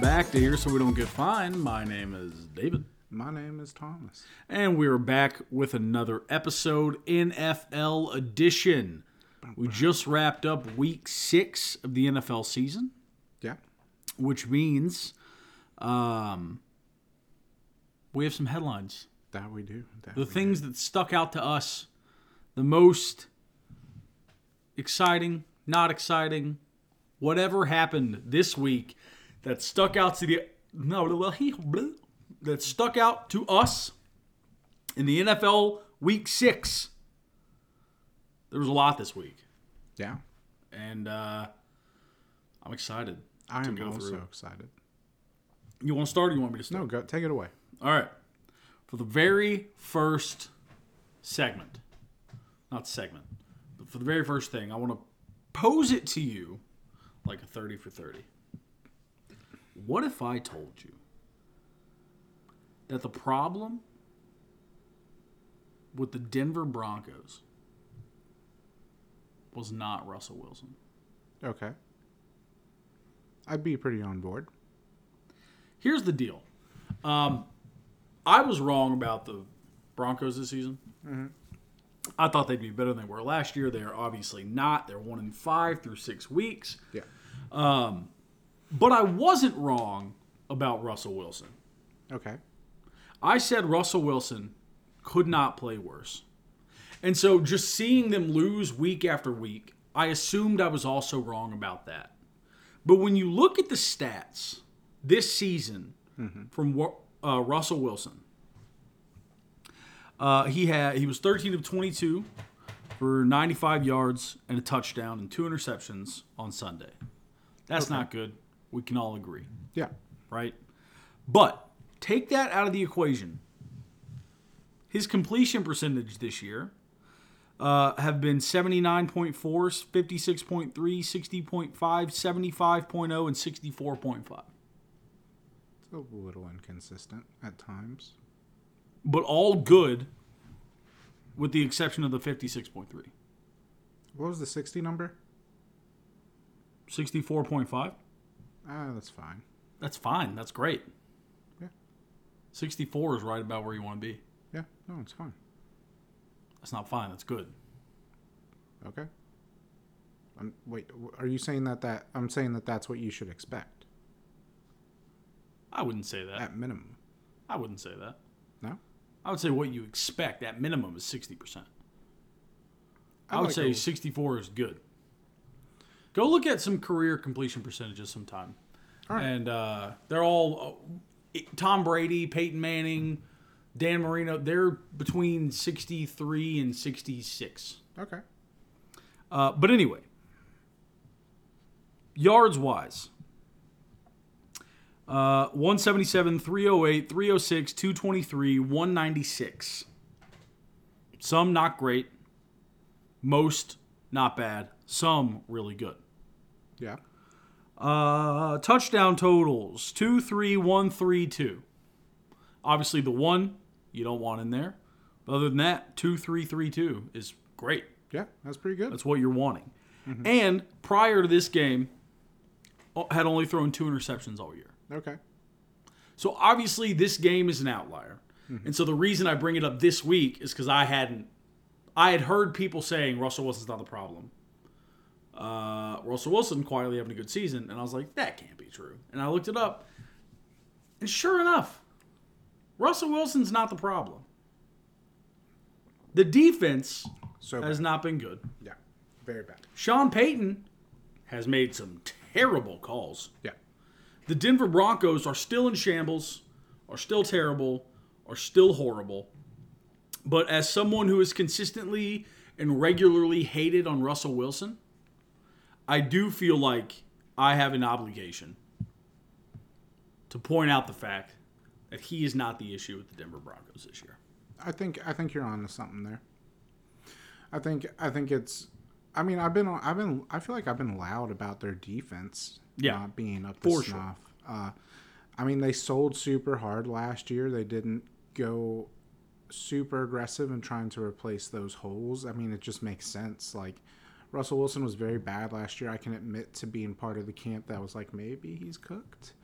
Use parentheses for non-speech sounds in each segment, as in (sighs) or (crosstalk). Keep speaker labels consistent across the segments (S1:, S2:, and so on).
S1: back to Here So We Don't Get Fined. My name is David.
S2: My name is Thomas.
S1: And we're back with another episode, NFL edition. We just wrapped up week six of the NFL season,
S2: Yeah.
S1: which means um, we have some headlines.
S2: That we do. That
S1: The
S2: we-
S1: things that stuck out to us the most exciting, not exciting, whatever happened this week that stuck out to the no well he blew, that stuck out to us in the NFL week 6. There was a lot this week
S2: Yeah.
S1: and uh I'm excited.
S2: I am
S1: go
S2: also
S1: through.
S2: excited.
S1: You want to start or you want me to start?
S2: No, go take it away.
S1: All right. For the very first segment, not segment, but for the very first thing, I want to pose it to you like a 30 for 30. What if I told you that the problem with the Denver Broncos was not Russell Wilson?
S2: Okay. I'd be pretty on board.
S1: Here's the deal. Um, I was wrong about the Broncos this season. Mm-hmm. I thought they'd be better than they were last year. They are obviously not. They're one in five through six weeks.
S2: Yeah.
S1: But I wasn't wrong about Russell Wilson.
S2: Okay.
S1: I said Russell Wilson could not play worse. And so just seeing them lose week after week, I assumed I was also wrong about that. But when you look at the stats this season from Wa- uh, Russell Wilson, uh, he had he was 13 of 22 for 95 yards and a touchdown and two interceptions on Sunday. That's not good. We can all agree
S2: Yeah.
S1: right? But take that out of the equation. His completion percentage this year uh, have been 79.4, 56.3, 60.5, 75.0, oh, and 64.5.
S2: It's a little inconsistent at times.
S1: But all good with the exception of the 56.3.
S2: What was the 60 number?
S1: 64.5?
S2: Ah, that's fine.
S1: That's fine. That's great.
S2: Yeah.
S1: 64 is right about where you want to be.
S2: Yeah. No, it's fine.
S1: That's not fine. That's good.
S2: Okay. I'm, wait, w- are you saying that that I'm saying that that's what you should expect
S1: I wouldn't say that.
S2: at minimum?
S1: I wouldn't say that.
S2: No.
S1: I would say what you expect at minimum is 60%. I,
S2: I
S1: would
S2: like
S1: say
S2: a-
S1: 64 is good. Go look at some career completion percentages sometime.
S2: All right.
S1: And uh, they're all uh, Tom Brady, Peyton Manning, Dan Marino, they're between 63 and 66.
S2: Okay.
S1: Uh, but anyway, yards wise, uh, 177, 308, 306, 223, 196. Some not great, most not bad, some really good.
S2: Yeah.
S1: Uh, touchdown totals 2 3 1 3 2. Obviously, the one you don't want in there. But other than that, 2 3 3 2 is great.
S2: Yeah. That's pretty good.
S1: That's what you're wanting. And prior to this game, o- had only thrown two interceptions all year.
S2: okay.
S1: So obviously, this game is an outlier. And so the reason I bring it up this week is because I hadn't, I had heard people saying Russell Wilson's not the problem. Uh, Russell Wilson quietly having a good season, and I was like, that can't be true. And I looked it up, and sure enough, Russell Wilson's not the problem. The defense
S2: So
S1: has not been good.
S2: Yeah, very bad.
S1: Sean Payton has made some terrible calls.
S2: Yeah,
S1: The Denver Broncos are still in shambles, are still terrible, are still horrible. But as someone who is consistently and regularly hated on Russell Wilson, I do feel like I have an obligation to point out the fact that he is not the issue with the Denver Broncos this year.
S2: I think I think you're on to something there. I think I think it's. I mean, I've been I've been I feel like I've been loud about their defense
S1: Yeah,
S2: not being up to
S1: for sure.
S2: snuff. Uh, I mean, they sold super hard last year. They didn't go super aggressive in trying to replace those holes. I mean, it just makes sense. Like Russell Wilson was very bad last year. I can admit to being part of the camp that was like maybe he's cooked.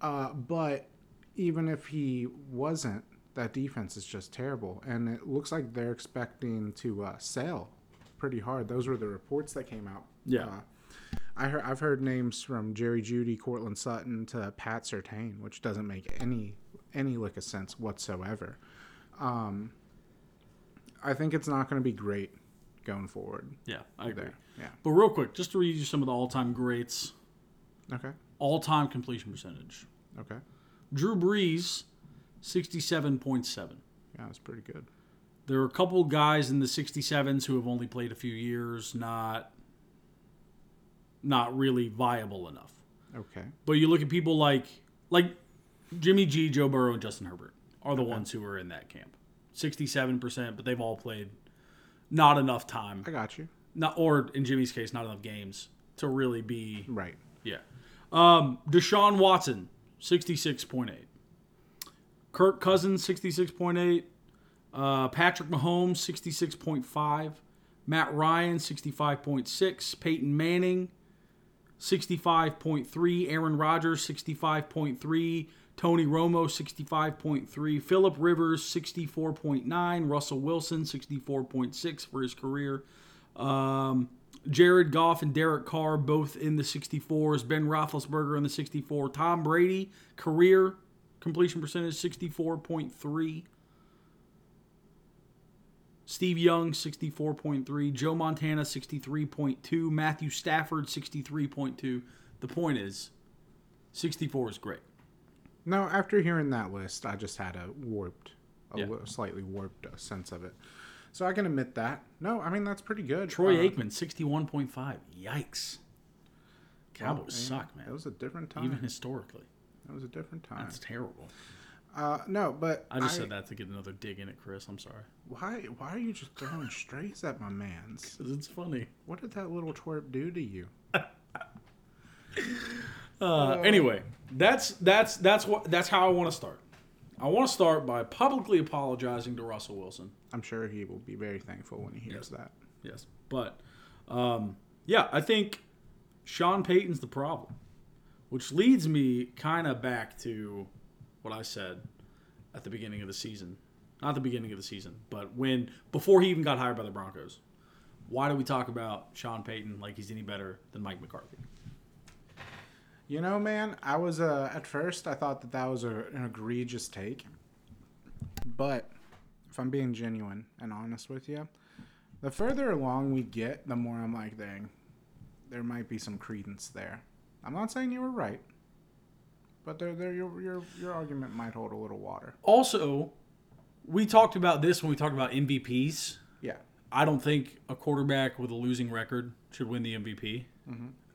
S2: Uh, but even if he wasn't, that defense is just terrible. And it looks like they're expecting to uh, sell pretty hard. Those were the reports that came out.
S1: Yeah.
S2: Uh, I heard, I've heard names from Jerry Judy, Cortland Sutton to Pat Sertain, which doesn't make any any lick of sense whatsoever. Um, I think it's not going to be great going forward.
S1: Yeah, I agree.
S2: There. Yeah.
S1: But real quick, just to read you some of the all-time greats,
S2: Okay.
S1: all-time completion percentage.
S2: Okay.
S1: Drew Brees, sixty-seven point seven.
S2: Yeah, that's pretty good.
S1: There are a couple guys in the 67s who have only played a few years, not not really viable enough.
S2: Okay.
S1: But you look at people like like Jimmy G, Joe Burrow, and Justin Herbert are the ones who are in that camp. 67%, but they've all played not enough time.
S2: I got you.
S1: Not or in Jimmy's case, not enough games to really be
S2: Right.
S1: yeah. Um, Deshaun Watson, 66.8. Kirk Cousins, 66.8. Uh, Patrick Mahomes, 66.5. Matt Ryan, 65.6. Peyton Manning, 65.3. Aaron Rodgers, 65.3. Tony Romo, 65.3. Philip Rivers, 64.9. Russell Wilson, 64.6 for his career. Um, Jared Goff and Derek Carr both in the 64s. Ben Roethlisberger in the 64. Tom Brady career completion percentage 64.3. Steve Young 64.3. Joe Montana 63.2. Matthew Stafford 63.2. The point is, 64 is great.
S2: No, after hearing that list, I just had a warped, a
S1: Yeah.
S2: li- slightly warped uh, sense of it. So I can admit that. No, I mean that's pretty good.
S1: Troy
S2: Uh,
S1: Aikman 61.5. Yikes. Cowboys suck,
S2: That
S1: Oh, man.
S2: was a different time.
S1: Even historically,
S2: that was a different time.
S1: that's terrible.
S2: Uh, no, but
S1: I just said that to get another dig in at Chris. I'm sorry.
S2: Why? Why are you just throwing strays at my man's?
S1: Because it's funny.
S2: What did that little twerp do to you?
S1: Uh, anyway, that's that's that's what that's how I want to start. I want to start by publicly apologizing to Russell Wilson.
S2: I'm sure he will be very thankful when he hears that.
S1: Yes, but um, yeah, I think Sean Payton's the problem, which leads me kind of back to what I said at the beginning of the season. Not the beginning of the season, but when before he even got hired by the Broncos. Why do we talk about Sean Payton like he's any better than Mike McCarthy?
S2: You know, man, I was uh, at first I thought that that was a, an egregious take, but if I'm being genuine and honest with you, the further along we get, the more I'm like, dang, there might be some credence there. I'm not saying you were right, but there, there, your, your, your argument might hold a little water.
S1: Also, we talked about this when we talked about MVPs.
S2: Yeah,
S1: I don't think a quarterback with a losing record should win the MVP,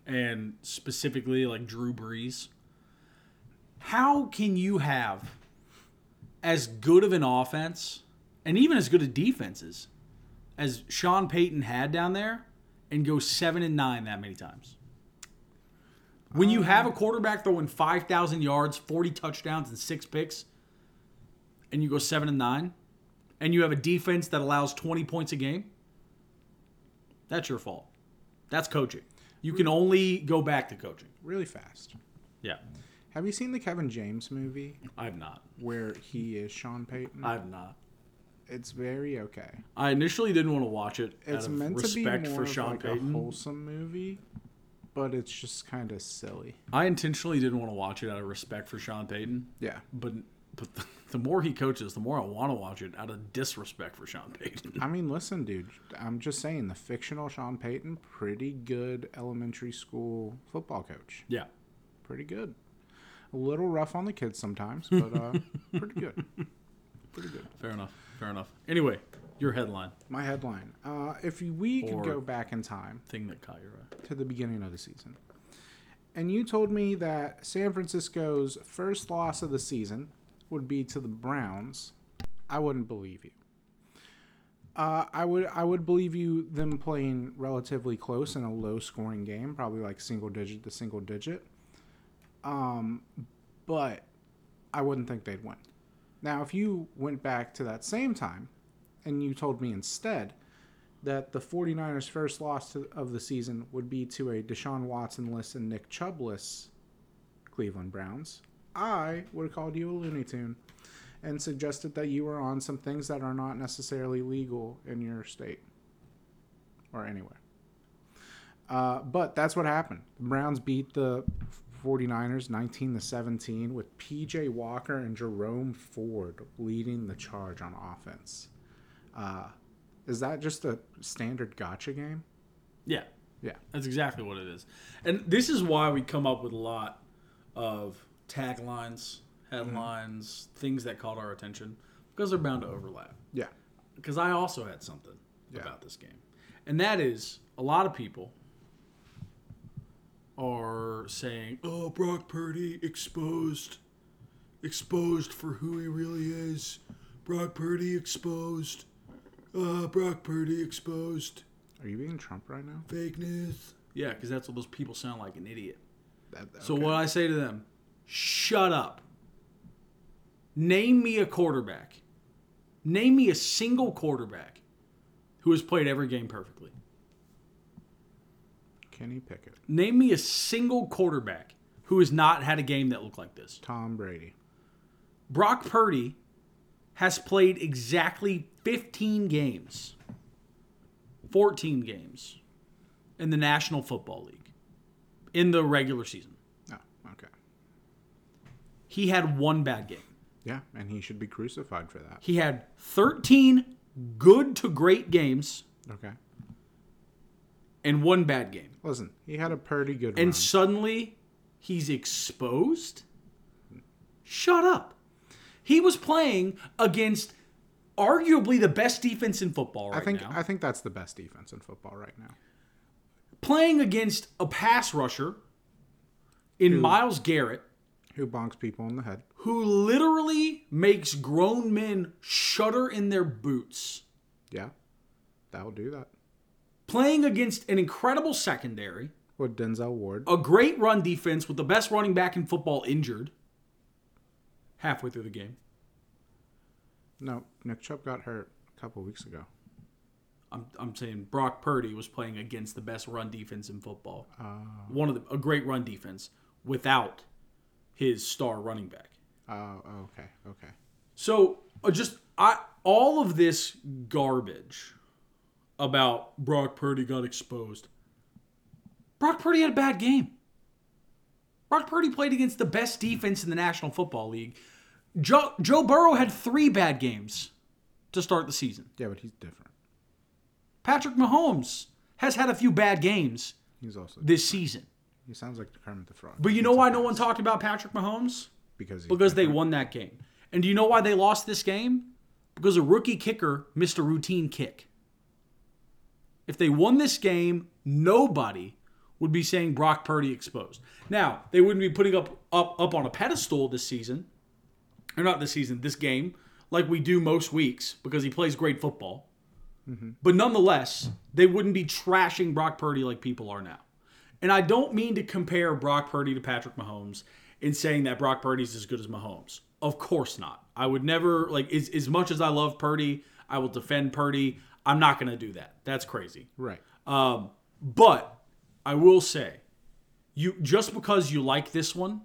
S1: and specifically like Drew Brees. How can you have as good of an offense and even as good a defenses as Sean Payton had down there and go seven and nine that many times? When you have a quarterback throwing five thousand yards, forty touchdowns, and six picks, and you go seven and nine, and you have a defense that allows 20 points a game, that's your fault. That's coaching. You can only go back to coaching.
S2: really fast.
S1: Yeah.
S2: Have you seen the Kevin James movie
S1: I've not.
S2: where he is Sean Payton?
S1: I've not.
S2: it's very okay.
S1: Hmm. I initially didn't want to watch it out
S2: It's
S1: of
S2: meant to be
S1: respect
S2: more
S1: for
S2: of
S1: Sean
S2: like
S1: Payton.
S2: a wholesome movie, but it's just kind of silly.
S1: I intentionally didn't want to watch it out of respect for Sean Payton,
S2: Yeah.
S1: but but (laughs) the, the more he coaches, the more I want to watch it out of disrespect for Sean Payton.
S2: I mean, listen, dude. I'm just saying, the fictional Sean Payton, pretty good elementary school football coach.
S1: yeah.
S2: Pretty good. A little rough on the kids sometimes, but uh,
S1: (laughs)
S2: pretty good. Pretty good.
S1: Fair enough. Fair enough. Anyway, your headline
S2: My headline: uh, If we could
S1: Or-
S2: go back in time,
S1: thing that caught your eye.
S2: to the beginning of the season. And you told me that San Francisco's first loss of the season would be to the Browns. I wouldn't believe you. Uh, I would I would believe you them playing relatively close in a low scoring game, probably like single digit to single digit. Um, but I wouldn't think they'd win. Now, if you went back to that same time and you told me instead that the 49ers' first loss to, of the season would be to a Deshaun Watson less and Nick Chubb less Cleveland Browns, I would have called you a Looney Tune and suggested that you were on some things that are not necessarily legal in your state or anywhere. Uh, but that's what happened. The Browns beat the 49ers 19 to 17 with PJ Walker and Jerome Ford leading the charge on offense. Uh, is that just a standard gotcha game?
S1: Yeah,
S2: Yeah.
S1: that's exactly what it is. And this is why we come up with a lot of taglines, headlines, things that caught our attention because they're bound to overlap.
S2: Yeah.
S1: Because I also had something
S2: Yeah.
S1: about this game. And that is a lot of people are saying, oh, Brock Purdy exposed. Exposed for who he really is. Brock Purdy exposed. Uh, Brock Purdy exposed.
S2: Are you being Trump right now?
S1: Fake news. Yeah, because that's what those people sound like an idiot.
S2: That- that-
S1: So
S2: okay.
S1: what I say to them, shut up. Name me a quarterback. Name me a single quarterback who has played every game perfectly.
S2: Kenny Pickett,
S1: Name me a single quarterback who has not had a game that looked like this.
S2: Tom Brady.
S1: Brock Purdy has played exactly 15 games, 14 games in the National Football League in the regular season.
S2: Oh, okay.
S1: He had one bad game.
S2: Yeah, and he should be crucified for that.
S1: He had 13 good to great games
S2: Okay.
S1: and one bad game.
S2: Listen, he had a pretty good
S1: And
S2: run.
S1: suddenly he's exposed? Shut up. He was playing against arguably the best defense in football right
S2: I think
S1: now.
S2: I think that's the best defense in football right now.
S1: playing against a pass rusher in Miles Garrett
S2: Who bonks people in the head?
S1: who literally makes grown men shudder in their boots.
S2: Yeah, that'll do that.
S1: Playing against an incredible secondary
S2: With Denzel Ward,
S1: a great run defense with the best running back in football injured halfway through the game.
S2: no, Nick Chubb got hurt a couple weeks ago.
S1: I'm, I'm saying Brock Purdy was playing against the best run defense in football. One of the, a great run defense without his star running back.
S2: Oh, okay, okay.
S1: So uh, just I all of this garbage about Brock Purdy got exposed. Brock Purdy had a bad game. Brock Purdy played against the best defense in the National Football League. Joe, Joe Burrow had three bad games to start the season.
S2: Yeah, but he's different.
S1: Patrick Mahomes has had a few bad games
S2: He's also
S1: this season.
S2: he sounds like Kermit the Frog.
S1: But you know why no one talked about Patrick Mahomes?
S2: because he's
S1: Because they
S2: different.
S1: won that game. And do you know why they lost this game? Because a rookie kicker missed a routine kick. If they won this game, nobody would be saying Brock Purdy exposed. Now, they wouldn't be putting up up, up on a pedestal this season, or not this season, this game, like we do most weeks, because he plays great football. But nonetheless, they wouldn't be trashing Brock Purdy like people are now. And I don't mean to compare Brock Purdy to Patrick Mahomes in saying that Brock Purdy's as good as Mahomes. Of course not. I would never like as, as much as I love Purdy, I will defend Purdy. I'm not going to do that. That's crazy.
S2: right.
S1: Um, but I will say, you just because you like this one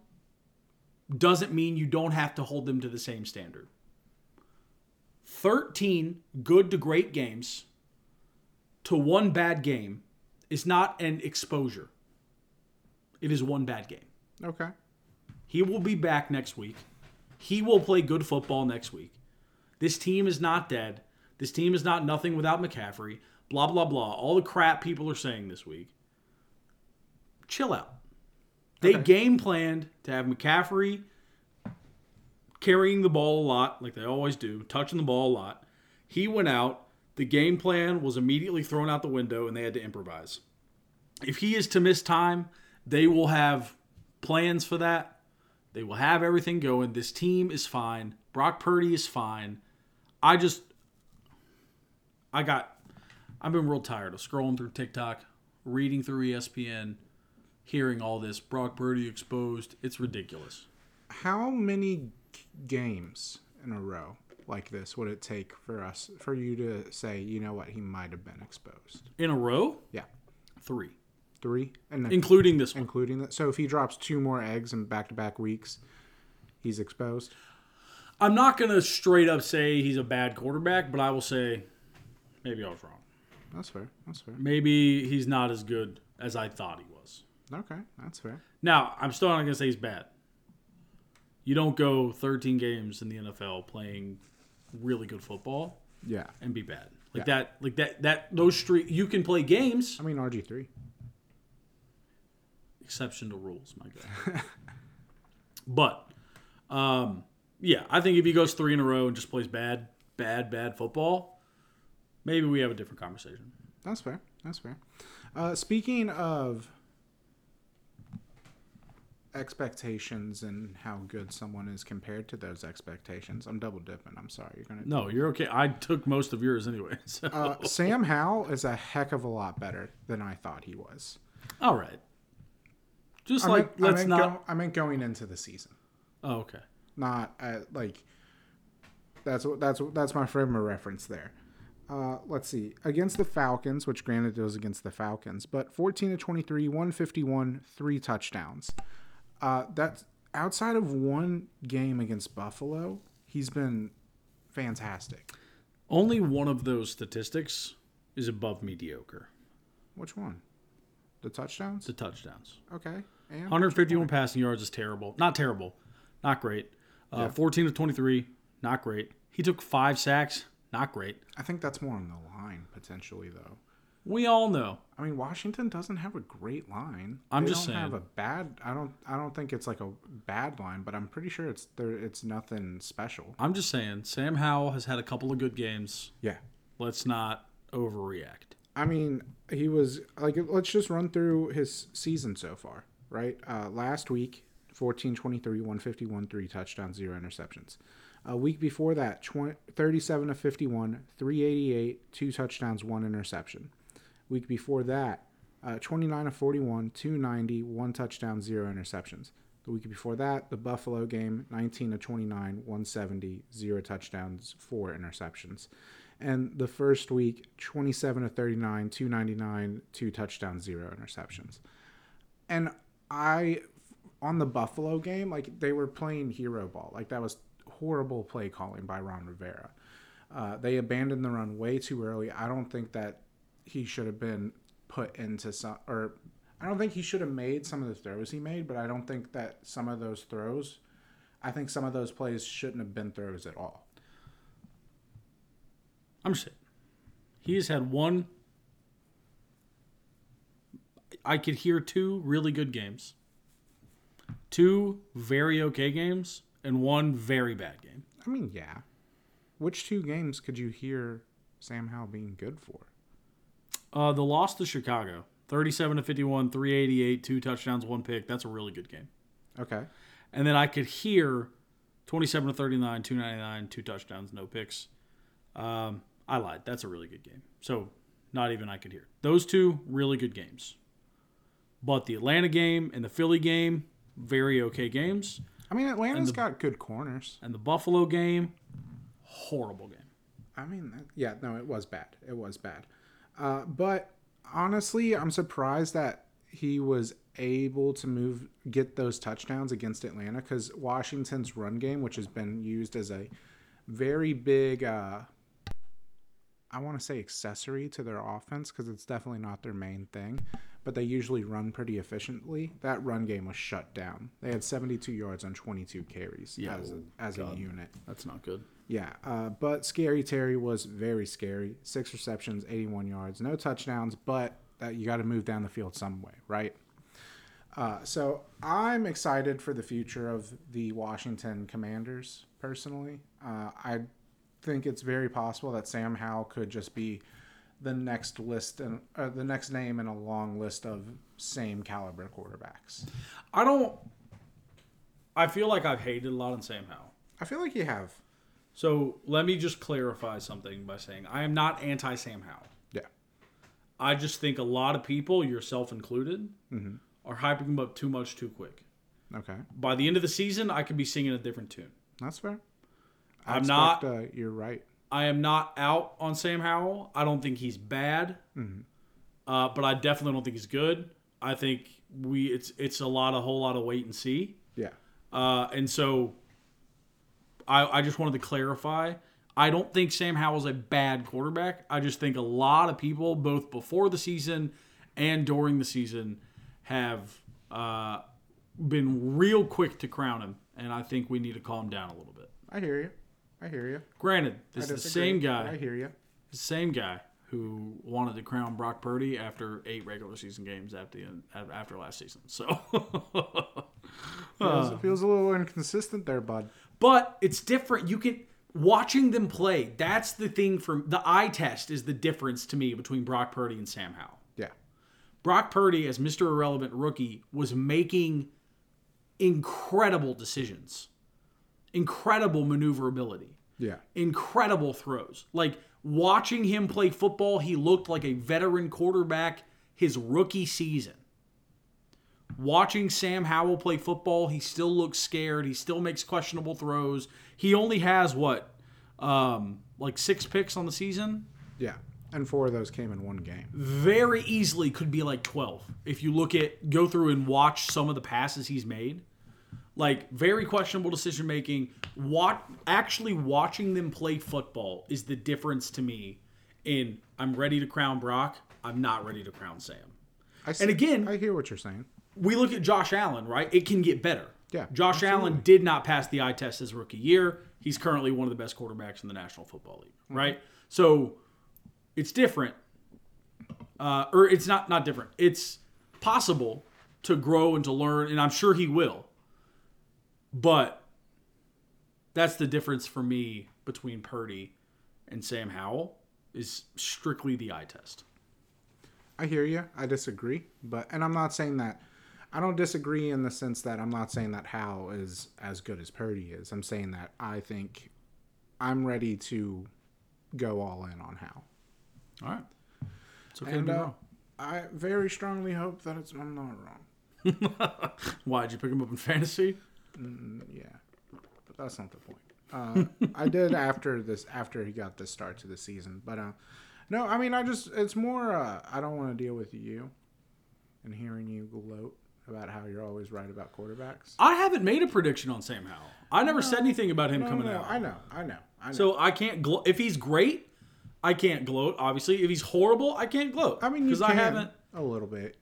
S1: doesn't mean you don't have to hold them to the same standard. 13 good to great games to one bad game is not an exposure. It is one bad game.
S2: Okay,
S1: He will be back next week. He will play good football next week. This team is not dead. This team is not nothing without McCaffrey. Blah, blah, blah. All the crap people are saying this week. Chill out. They
S2: Okay.
S1: game planned to have McCaffrey carrying the ball a lot, like they always do, touching the ball a lot. He went out. The game plan was immediately thrown out the window, and they had to improvise. If he is to miss time, they will have plans for that. They will have everything going. This team is fine. Brock Purdy is fine. I just, I got, I've been real tired of scrolling through TikTok, reading through E ESPN, hearing all this Brock Purdy exposed. It's ridiculous.
S2: how many g- games in a row like this would it take for us for you to say you know what he might have been exposed?
S1: In a row,
S2: Yeah,
S1: three,
S2: three and then
S1: including this one.
S2: including that. So if he drops two more eggs in back to back weeks, He's exposed.
S1: I'm not going to straight up say he's a bad quarterback, but I will say maybe I was wrong.
S2: That's fair. That's fair.
S1: Maybe he's not as good as I thought he was.
S2: Okay, that's fair.
S1: Now, I'm still not going to say he's bad. You don't go 13 games in the NFL playing really good football
S2: Yeah.
S1: and be bad. Like
S2: Yeah.
S1: that, like that, that, those streak, you can play games.
S2: I mean RG three.
S1: Exception to rules, my guy.
S2: (laughs)
S1: but, um, yeah, I think if he goes three in a row and just plays bad, bad, bad football, maybe we have a different conversation.
S2: That's fair. That's fair. Uh, speaking of expectations and how good someone is compared to those expectations, I'm double dipping. I'm sorry. You're gonna.
S1: No, you're okay. I took most of yours anyway. (laughs) So.
S2: Uh, Sam Howell is a heck of a lot better than I thought he was.
S1: All right. Just
S2: I
S1: like
S2: meant, I
S1: let's
S2: meant
S1: not.
S2: go- I meant going into the season,
S1: oh, okay.
S2: not at, like. That's what that's what- that's my frame of reference there. Uh, let's see against the Falcons, which granted it was against the Falcons, but 14 to 23, 151, three touchdowns. Uh, that's outside of one game against Buffalo, he's been fantastic.
S1: Only one of those statistics is above mediocre.
S2: Which one? The touchdowns?
S1: The touchdowns.
S2: Okay. And
S1: 151 passing yards is terrible. Not terrible. Not great. Uh, 14 to 23. Not great. He took five sacks. Not great.
S2: I think that's more on the line potentially, though.
S1: We all know.
S2: I mean, Washington doesn't have a great line.
S1: I'm
S2: They
S1: just
S2: don't have a
S1: saying.
S2: bad. I don't. I don't think it's like a bad line, but I'm pretty sure it's there. It's nothing special.
S1: I'm just saying. Sam Howell has had a couple of good games.
S2: Yeah.
S1: Let's not overreact.
S2: I mean, he was like. Let's just run through his season so far, right? Uh, last week, 14, 23, 151, three touchdowns, zero interceptions. A week before that, 20, 37 to 51, 388, two touchdowns, one interception. Week before that, uh, 29 of 41, 290, one touchdown, zero interceptions. The week before that, the Buffalo game, 19 of 29, 170, zero touchdowns, four interceptions. And the first week, 27 of 39, 299, two touchdowns, zero interceptions. And I, on the Buffalo game, like they were playing hero ball. Like that was horrible play calling by Ron Rivera. Uh, they abandoned the run way too early. I don't think that he should have been put into some, or I don't think he should have made some of the throws he made, but I don't think that some of those throws, I think some of those plays shouldn't have been throws at all.
S1: I'm just saying. He has had one. I could hear two really good games, two very okay games, and one very bad game.
S2: I mean, yeah. Which two games could you hear Sam Howell being good for?
S1: Uh, the loss to Chicago, 37 to 51, 388, two touchdowns, one pick. That's a really good game.
S2: Okay.
S1: And then I could hear 27 to 39, 299, two touchdowns, no picks. Um, I lied. That's a really good game. So not even I could hear. Those two really good games. But the Atlanta game and the Philly game, very okay games.
S2: I mean, Atlanta's got good corners.
S1: And the Buffalo game, horrible game.
S2: I mean, that, yeah, no, it was bad. It was bad. Uh, but honestly, I'm surprised that he was able to move, get those touchdowns against Atlanta because Washington's run game, which has been used as a very big, uh, I want to say accessory to their offense because it's definitely not their main thing, but they usually run pretty efficiently. That run game was shut down. They had 72 yards on 22 carries as, a, as a unit.
S1: That's not good.
S2: Yeah, uh, but Scary Terry was very scary. Six receptions, 81 yards, no touchdowns, but uh, you got to move down the field some way, right? Uh, so I'm excited for the future of the Washington Commanders personally. Uh, I think it's very possible that Sam Howell could just be the next list and uh, the next name in a long list of same caliber quarterbacks.
S1: I don't. I feel like I've hated a lot on Sam Howell.
S2: I feel like you have,
S1: So let me just clarify something by saying I am not anti Sam Howell.
S2: yeah,
S1: I just think a lot of people, yourself included, are hyping him up too much too quick.
S2: okay,
S1: By the end of the season, I could be singing a different tune.
S2: that's fair.
S1: I'm not-
S2: Uh, you're right.
S1: I am not out on Sam Howell. I don't think he's bad, uh, but I definitely don't think he's good. I think we it's it's a lot a whole lot of wait and see,
S2: Yeah.
S1: uh, and so I, I just wanted to clarify. I don't think Sam Howell's a bad quarterback. I just think a lot of people, both before the season and during the season, have uh, been real quick to crown him, and I think we need to calm down a little bit.
S2: I hear you. I hear you.
S1: Granted, this
S2: I
S1: is the
S2: disagree,
S1: same
S2: but I
S1: guy,
S2: hear you.
S1: the same guy who wanted to crown Brock Purdy after eight regular season games after the end, after last season. So, (laughs) Uh,
S2: Feels, feels a little inconsistent there, bud.
S1: but it's different. You can watching them play. That's the thing from the eye test is the difference to me between Brock Purdy and Sam Howell.
S2: Yeah.
S1: Brock Purdy, as Mr. Irrelevant rookie, was making incredible decisions, incredible maneuverability,
S2: Yeah.
S1: incredible throws. Like watching him play football, he looked like a veteran quarterback his rookie season. Watching Sam Howell play football, he still looks scared. He still makes questionable throws. He only has what, um, like six picks on the season
S2: Yeah. And four of those came in one game.
S1: very easily could be like 12 if you look at go through and watch some of the passes he's made like very questionable decision making what actually watching them play football is the difference to me in i'm ready to crown brock i'm not ready to crown sam
S2: I see,
S1: And again-
S2: I hear what you're saying.
S1: we look at josh allen right it can get better
S2: Yeah,
S1: josh allen did not pass the eye test his rookie year he's currently one of the best quarterbacks in the national football league
S2: Mm-hmm.
S1: right so it's different uh, or it's not not different it's possible to grow and to learn and i'm sure he will but that's the difference for me between purdy and sam howell is strictly the eye test
S2: I hear you. I disagree, but and I'm not saying that. I don't disagree in the sense that I'm not saying that Hal is as good as Purdy is. I'm saying that I think I'm ready to go all in on Hal.
S1: all right it's okay to
S2: And
S1: be
S2: uh,
S1: wrong.
S2: I very strongly hope that it's I'm not wrong.
S1: why did you pick him up in fantasy
S2: Yeah, but that's not the point. Uh, I did after this, after he got the start to the season. But uh, no, I mean, I just it's more. Uh, I don't want to deal with you and hearing you gloat about how you're always right about quarterbacks.
S1: I haven't made a prediction on Sam Howell. I never said anything about him
S2: No,
S1: coming
S2: no,
S1: out.
S2: I know, I know, I know.
S1: so I can't glo- if he's great, I can't gloat. Obviously, if he's horrible, I can't gloat.
S2: I mean, you
S1: I
S2: can
S1: haven't.
S2: a little bit.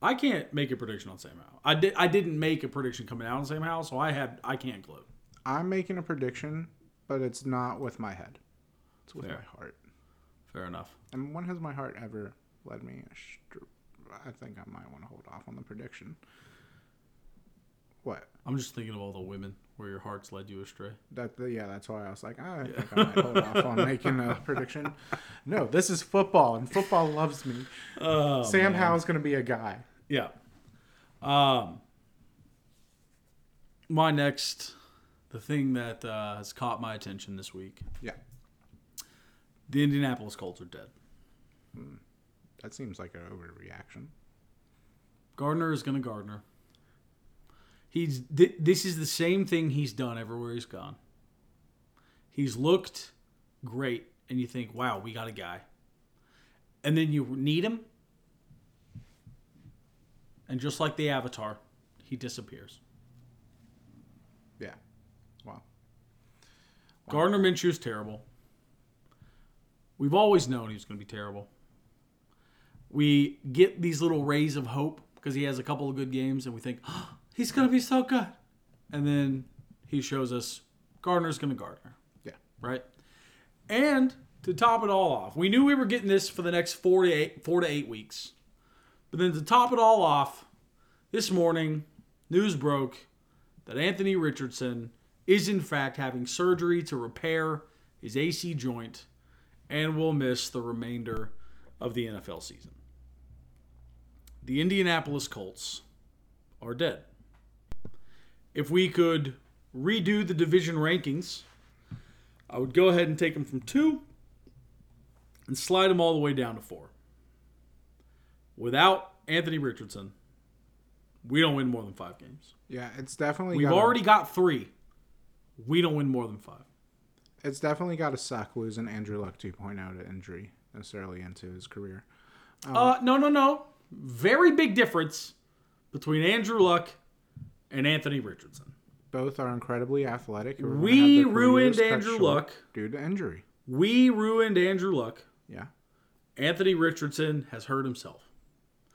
S1: I can't make a prediction on Sam Howell. I did. I didn't make a prediction coming out on Sam Howell, so I have. I can't gloat.
S2: I'm making a prediction, but it's not with my head. It's with
S1: Fair.
S2: my heart.
S1: Fair enough.
S2: And when has my heart ever led me? Astr- I think I might want to hold off on the prediction. What?
S1: I'm just thinking of all the women where your hearts led you astray.
S2: That yeah, that's why I was like, I think I might hold off on making
S1: (laughs)
S2: a prediction. No, this is football, and football loves me.
S1: Oh,
S2: Sam Howell's gonna be a guy.
S1: Yeah. Um. My next, the thing that uh, has caught my attention this week:
S2: Yeah,
S1: the Indianapolis Colts are dead.
S2: that seems like an overreaction.
S1: Gardner is going to Gardner. He's th- this is the same thing he's done everywhere he's gone. He's looked great, and you think, "Wow, we got a guy," and then you need him, and just like the Avatar, he disappears.
S2: Yeah. Wow.
S1: Gardner Minshew's terrible. We've always known he was going to be terrible. We get these little rays of hope because he has a couple of good games, and we think "Oh, he's going to be so good. And then he shows us Gardner's going to Gardner,
S2: Yeah.
S1: right? And to top it all off, we knew we were getting this for the next four to eight, four to eight weeks. But then to top it all off, this morning, news broke that Anthony Richardson is in fact having surgery to repair his AC joint and will miss the remainder of the NFL season. The Indianapolis Colts are dead. If we could redo the division rankings, I would go ahead and take them from two and slide them all the way down to four. Without Anthony Richardson, we don't win more than five games.
S2: Yeah, it's definitely.
S1: We've
S2: gotta-
S1: already got three. We don't win more than five.
S2: It's definitely got to suck losing Andrew Luck 2.0 to injury this early into his career. Oh.
S1: Uh, no, no, no. Very big difference between Andrew Luck and Anthony Richardson.
S2: both are incredibly athletic. who are gonna
S1: We
S2: have their
S1: ruined
S2: careers cut
S1: Andrew
S2: short
S1: Luck.
S2: due to injury.
S1: We ruined Andrew Luck.
S2: Yeah.
S1: Anthony Richardson has hurt himself.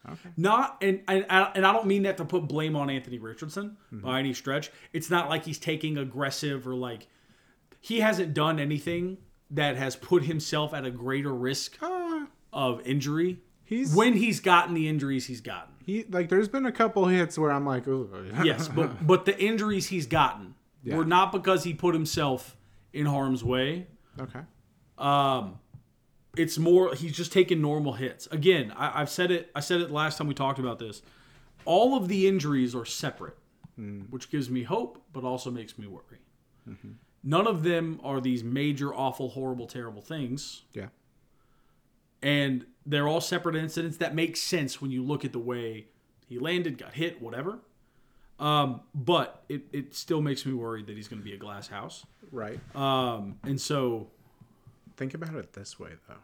S2: Okay.
S1: Not and and, and I don't mean that to put blame on Anthony Richardson
S2: Mm-hmm.
S1: by any stretch. It's not like he's taking aggressive or like he hasn't done anything that has put himself at a greater risk
S2: Uh,
S1: of injury
S2: he's
S1: when he's gotten the injuries he's gotten.
S2: he like there's been a couple hits where I'm like, Ooh. (laughs)
S1: Yes, but but the injuries he's gotten
S2: Yeah.
S1: were not because he put himself in harm's way.
S2: okay.
S1: Um, it's more he's just taking normal hits. Again, I, I've said it. I said it last time we talked about this. All of the injuries are separate, which gives me hope, but also makes me worry. None of them are these major, awful, horrible, terrible things,
S2: Yeah.
S1: and they're all separate incidents that make sense when you look at the way he landed, got hit, whatever. Um, but it, it still makes me worried that he's going to be a glass house.
S2: Right.
S1: Um, and so
S2: Think about it this way though.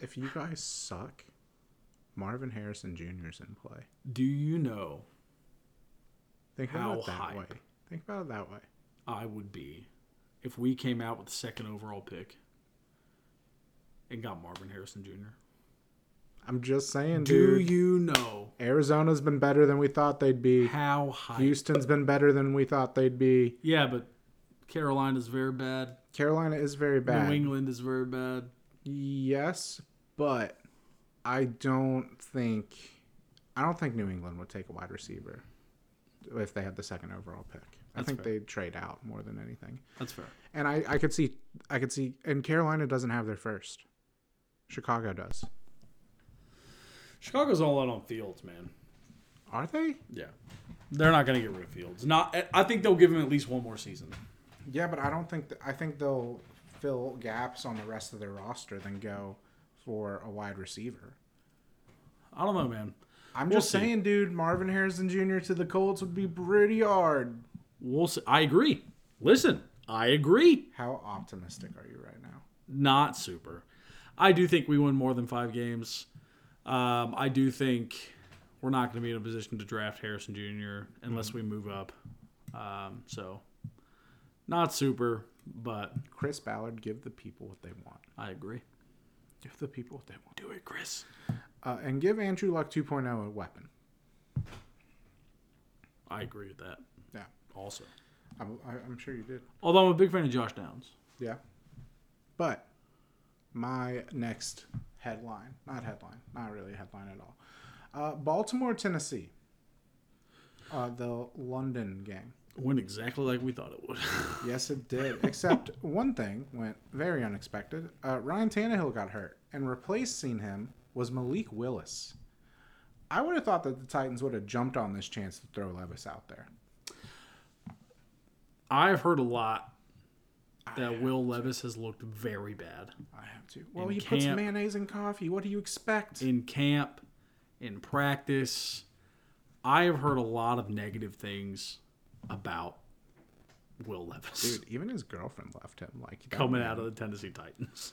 S2: If you guys suck, Marvin Harrison Jr. is in play.
S1: Do you know
S2: Think about
S1: How
S2: it that
S1: hype.
S2: way. Think about it that way.
S1: I would be if we came out with the second overall pick and got Marvin Harrison Jr.?
S2: I'm just saying,
S1: Do
S2: dude.
S1: you know
S2: Arizona's been better than we thought they'd be.
S1: how high?
S2: Houston's been better than we thought they'd be.
S1: yeah, but Carolina's very bad.
S2: Carolina is very bad.
S1: New England is very bad.
S2: Yes, but I don't think I don't think New England would take a wide receiver if they had the second overall pick. I
S1: That's
S2: think
S1: fair.
S2: they'd trade out more than anything.
S1: That's fair.
S2: And I, I could see I could see and Carolina doesn't have their first. Chicago does.
S1: Chicago's all out on Fields, man.
S2: Are they?
S1: Yeah, they're not going to get rid of Fields. Not. I think they'll give him at least one more season.
S2: Yeah, but I don't think th- I think they'll fill gaps on the rest of their roster than go for a wide receiver.
S1: I don't know, man.
S2: I'm
S1: We'll
S2: just
S1: see.
S2: saying, dude, Marvin Harrison Jr. to the Colts would be pretty hard.
S1: We'll see. I agree. Listen, I agree.
S2: How optimistic are you right now?
S1: not super. I do think we win more than five games. Um, I do think we're not going to be in a position to draft Harrison Jr. unless we move up. Um, so, not super, but
S2: Chris Ballard, give the people what they want.
S1: I agree.
S2: Give the people what they want.
S1: Do it, Chris.
S2: Uh, and give Andrew Luck 2.0 a weapon.
S1: I agree with that
S2: Yeah,
S1: also.
S2: I'm, I- I'm sure you did.
S1: Although I'm a big fan of Josh Downs.
S2: Yeah. But my next headline, not headline, not really a headline at all. Uh, Baltimore, Tennessee. Uh, the London game.
S1: Went exactly like we thought it would.
S2: Yes, it did. Except one thing went very unexpected. Uh, Ryan Tannehill got hurt, and replacing him was Malik Willis. I would have thought that the Titans would have jumped on this chance to throw Levis out there.
S1: (laughs) I've heard a lot that Will Levis has looked very bad
S2: I have to. Well,
S1: In
S2: he puts
S1: camp.
S2: mayonnaise in coffee. What do you expect?
S1: in camp, in practice. I have heard a lot of negative things about Will Levis
S2: Dude, even his girlfriend left him. Like
S1: (laughs)
S2: that
S1: coming
S2: man-
S1: out of the Tennessee Titans.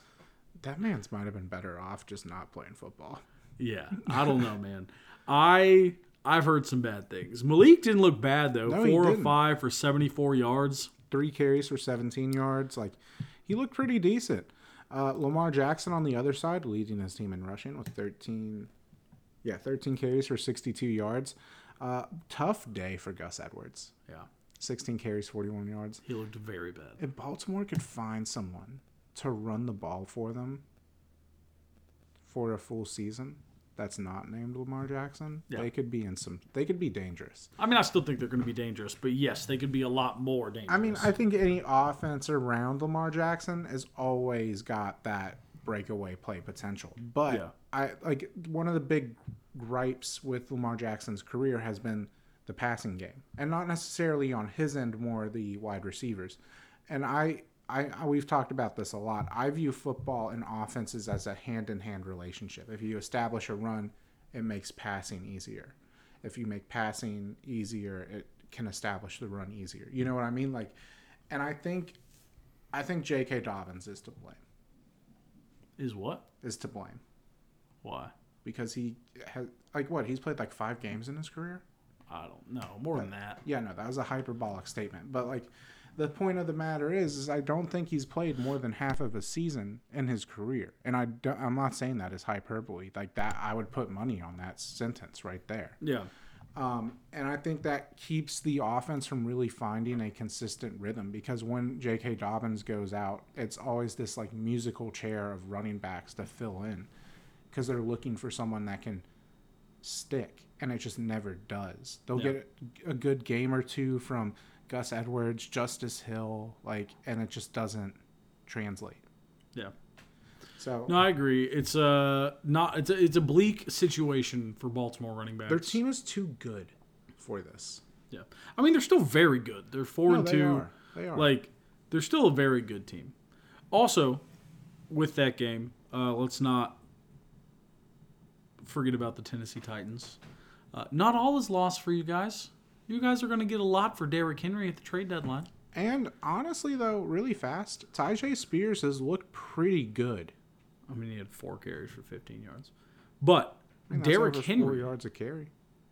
S2: that man's might have been better off just not playing football.
S1: Yeah, I don't know,
S2: (laughs)
S1: man. I I've heard some bad things. Malik didn't look bad though.
S2: No, he
S1: Four or
S2: didn't.
S1: five for seventy four yards.
S2: Three carries for 17 yards. Like he looked pretty decent. Uh, Lamar Jackson on the other side, leading his team in rushing with 13, yeah, 13 carries for 62 yards. Uh, tough day for Gus Edwards.
S1: Yeah,
S2: 16 carries, 41 yards.
S1: he looked very bad.
S2: If Baltimore could find someone to run the ball for them for a full season that's not named Lamar Jackson,
S1: Yeah.
S2: they could be in some they could be dangerous.
S1: I mean, I still think they're going to be dangerous, but yes, they could be a lot more dangerous.
S2: I mean, I think any offense around Lamar Jackson has always got that breakaway play potential. But
S1: Yeah.
S2: I like one of the big gripes with Lamar Jackson's career has been the passing game, and not necessarily on his end, more the wide receivers. And I, I, I we've talked about this a lot. I view football and offenses as a hand-in-hand relationship. If you establish a run, it makes passing easier if you make passing easier, it can establish the run easier. You know what I mean? Like, and I think, I think J.K. Dobbins is to blame.
S1: is what
S2: Is to blame
S1: why?
S2: because he has like what he's played like five games in his career.
S1: I don't know. More than that.
S2: Yeah, no, that was a hyperbolic statement. But like the point of the matter is, is I don't think he's played more than half of a season in his career. And I don't, I'm not saying that as hyperbole. Like that I would put money on that sentence right there.
S1: Yeah.
S2: Um, and I think that keeps the offense from really finding a consistent rhythm because when J.K. Dobbins goes out, it's always this like musical chair of running backs to fill in because they're looking for someone that can stick, and it just never does. They'll
S1: Yeah.
S2: get a good game or two from Gus Edwards, Justice Hill, like, and it just doesn't translate.
S1: Yeah.
S2: So
S1: No, I agree. It's a not. It's a, it's a bleak situation for Baltimore running backs.
S2: their team is too good for this.
S1: Yeah, I mean they're still very good. They're four
S2: No,
S1: and
S2: they
S1: two.
S2: are. They are.
S1: Like they're still a very good team. Also, with that game, uh, let's not forget about the Tennessee Titans. Uh, not all is lost for you guys. You guys are going to get a lot for Derrick Henry at the trade deadline.
S2: And honestly, though, really fast, Tajay Spears has looked pretty good.
S1: I mean, he had four carries for 15 yards, but
S2: I mean, that's
S1: Derrick
S2: over four
S1: Henry.
S2: yards a carry.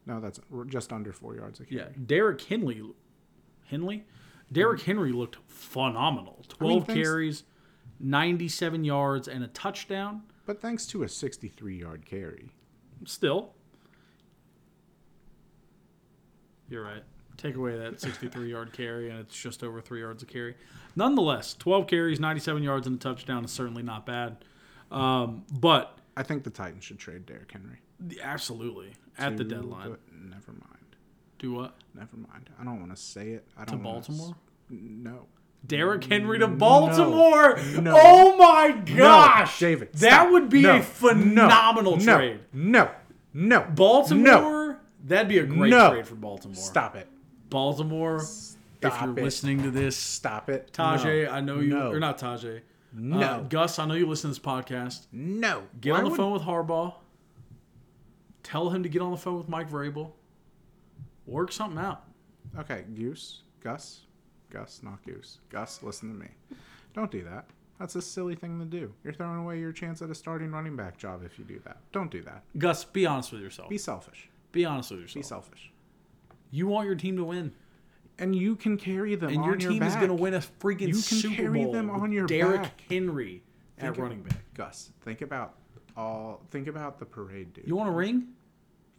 S2: No, that's just under four yards a carry.
S1: Yeah, Derrick Henley, Henley, Derrick
S2: Hmm.
S1: Henry looked phenomenal. Twelve
S2: thanks-
S1: carries, ninety-seven yards, and a touchdown.
S2: But thanks to a 63 yard carry.
S1: Still, you're right. Take away that sixty-three yard carry, and it's just over three yards a carry. Nonetheless, twelve carries, ninety-seven yards, and a touchdown is certainly not bad. Um, but
S2: I think the Titans should trade Derrick Henry.
S1: absolutely at the
S2: To
S1: deadline,
S2: do it. Never mind.
S1: do what
S2: Never mind. I don't want to say it. I
S1: to
S2: don't wanna s-
S1: Baltimore? (gasps)
S2: No.
S1: Derrick Henry to Baltimore.
S2: No.
S1: Oh my gosh,
S2: No, David.
S1: that
S2: stop.
S1: would be
S2: No.
S1: a phenomenal
S2: no.
S1: trade.
S2: No. No. No.
S1: Baltimore,
S2: No.
S1: that'd be a great
S2: No.
S1: trade for Baltimore.
S2: Stop it.
S1: Baltimore. if you're
S2: Stop it.
S1: listening to this,
S2: Stop it.
S1: Tajay,
S2: No.
S1: I know you
S2: No.
S1: or not Tajay.
S2: No.
S1: Uh, Gus, I know you listen to this podcast.
S2: no.
S1: Get
S2: Why
S1: on the
S2: would-
S1: phone with Harbaugh. Tell him to get on the phone with Mike Vrabel. Work something out.
S2: Okay, Goose, Gus, Gus, not Goose. Gus, listen to me. Don't do that. That's a silly thing to do. You're throwing away your chance at a starting running back job if you do that. Don't do that.
S1: Gus, be honest with yourself.
S2: Be
S1: Be,
S2: selfish.
S1: honest with
S2: Be
S1: yourself.
S2: selfish.
S1: You want your team to win,
S2: And you can carry them.
S1: and
S2: on
S1: your team
S2: back.
S1: is going to win a freaking
S2: You can
S1: Super
S2: carry
S1: Bowl
S2: them
S1: with
S2: on your
S1: Derrick
S2: back.
S1: Henry at
S2: Think-
S1: running back.
S2: Gus, think about all. Think about the parade, dude.
S1: You want a ring?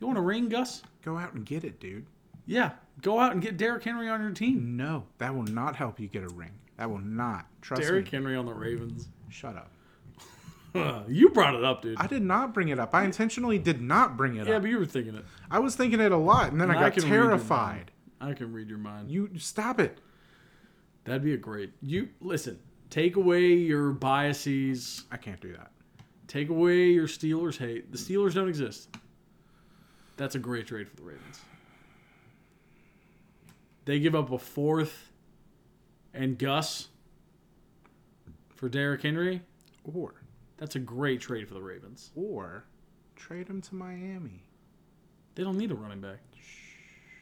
S1: You want a ring, Gus?
S2: Go out and get it, dude.
S1: Yeah, go out and get Derrick Henry on your team.
S2: No, that will not help you get a ring. That will not. Trust
S1: Derrick
S2: me.
S1: Henry on the Ravens.
S2: Shut up.
S1: you brought it up, dude.
S2: I did not bring it up. I intentionally did not bring it
S1: yeah,
S2: up.
S1: but you were thinking it.
S2: I was thinking it a lot, and then I
S1: I
S2: got
S1: can read your mind.
S2: terrified.
S1: I can read your mind.
S2: You stop it.
S1: That'd be a great. You listen. Take away your biases.
S2: I can't do that.
S1: Take away your Steelers hate. The Steelers don't exist. That's a great trade for the Ravens. They give up a fourth and Gus for Derrick Henry.
S2: Or
S1: That's a great trade for the Ravens.
S2: or trade him to Miami.
S1: They don't need a running back.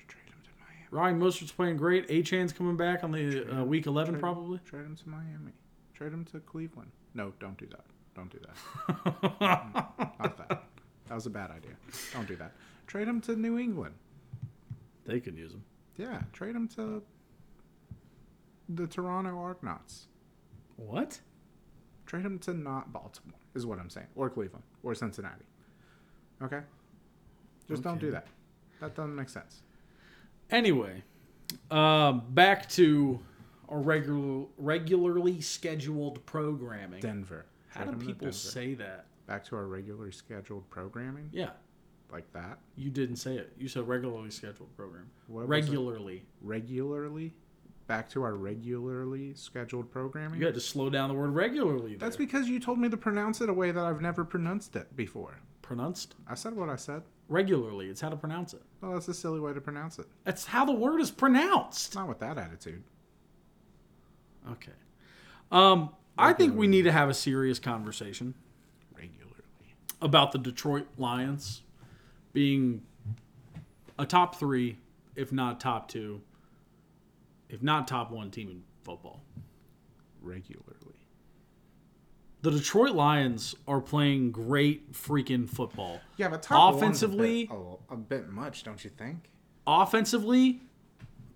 S2: Trade him to Miami.
S1: Ryan Mostert's playing great. Achan's coming back on the uh, week 11
S2: Trade- (laughs)
S1: probably.
S2: Trade him to Miami. Trade him to Cleveland. No, don't do that. Don't do that. Not
S1: (laughs)
S2: that. That was a bad idea. Don't do that. Trade him to New England.
S1: they could use him.
S2: Yeah, trade him to the Toronto Argonauts.
S1: What?
S2: Trade him to not Baltimore is what I'm saying, or Cleveland, or Cincinnati. Okay. Just don't
S1: Okay.
S2: do that. That doesn't make sense.
S1: Anyway, um, back to our regular, regularly scheduled programming.
S2: Denver.
S1: How
S2: Trade
S1: do
S2: him to
S1: people
S2: Denver.
S1: say that?
S2: back to our regularly scheduled programming
S1: Yeah,
S2: like that
S1: you didn't say it. You said regularly scheduled program.
S2: What was it?
S1: regularly.
S2: regularly back to our regularly scheduled programming
S1: You had to slow down the word regularly.
S2: that's
S1: That's
S2: because you told me to pronounce it a way that i've never pronounced it before
S1: pronounced
S2: i said what i said
S1: regularly. It's how to pronounce it.
S2: well that's a silly way to pronounce it
S1: That's how the word is pronounced.
S2: not with that attitude
S1: Okay. Um, I think we need to have a serious conversation
S2: regularly
S1: about the Detroit Lions being a top three, if not top two, if not top one team in football.
S2: regularly
S1: The Detroit Lions are playing great freaking football.
S2: yeah but top one's a
S1: Offensively-
S2: bit- a, a bit much don't you think
S1: Offensively,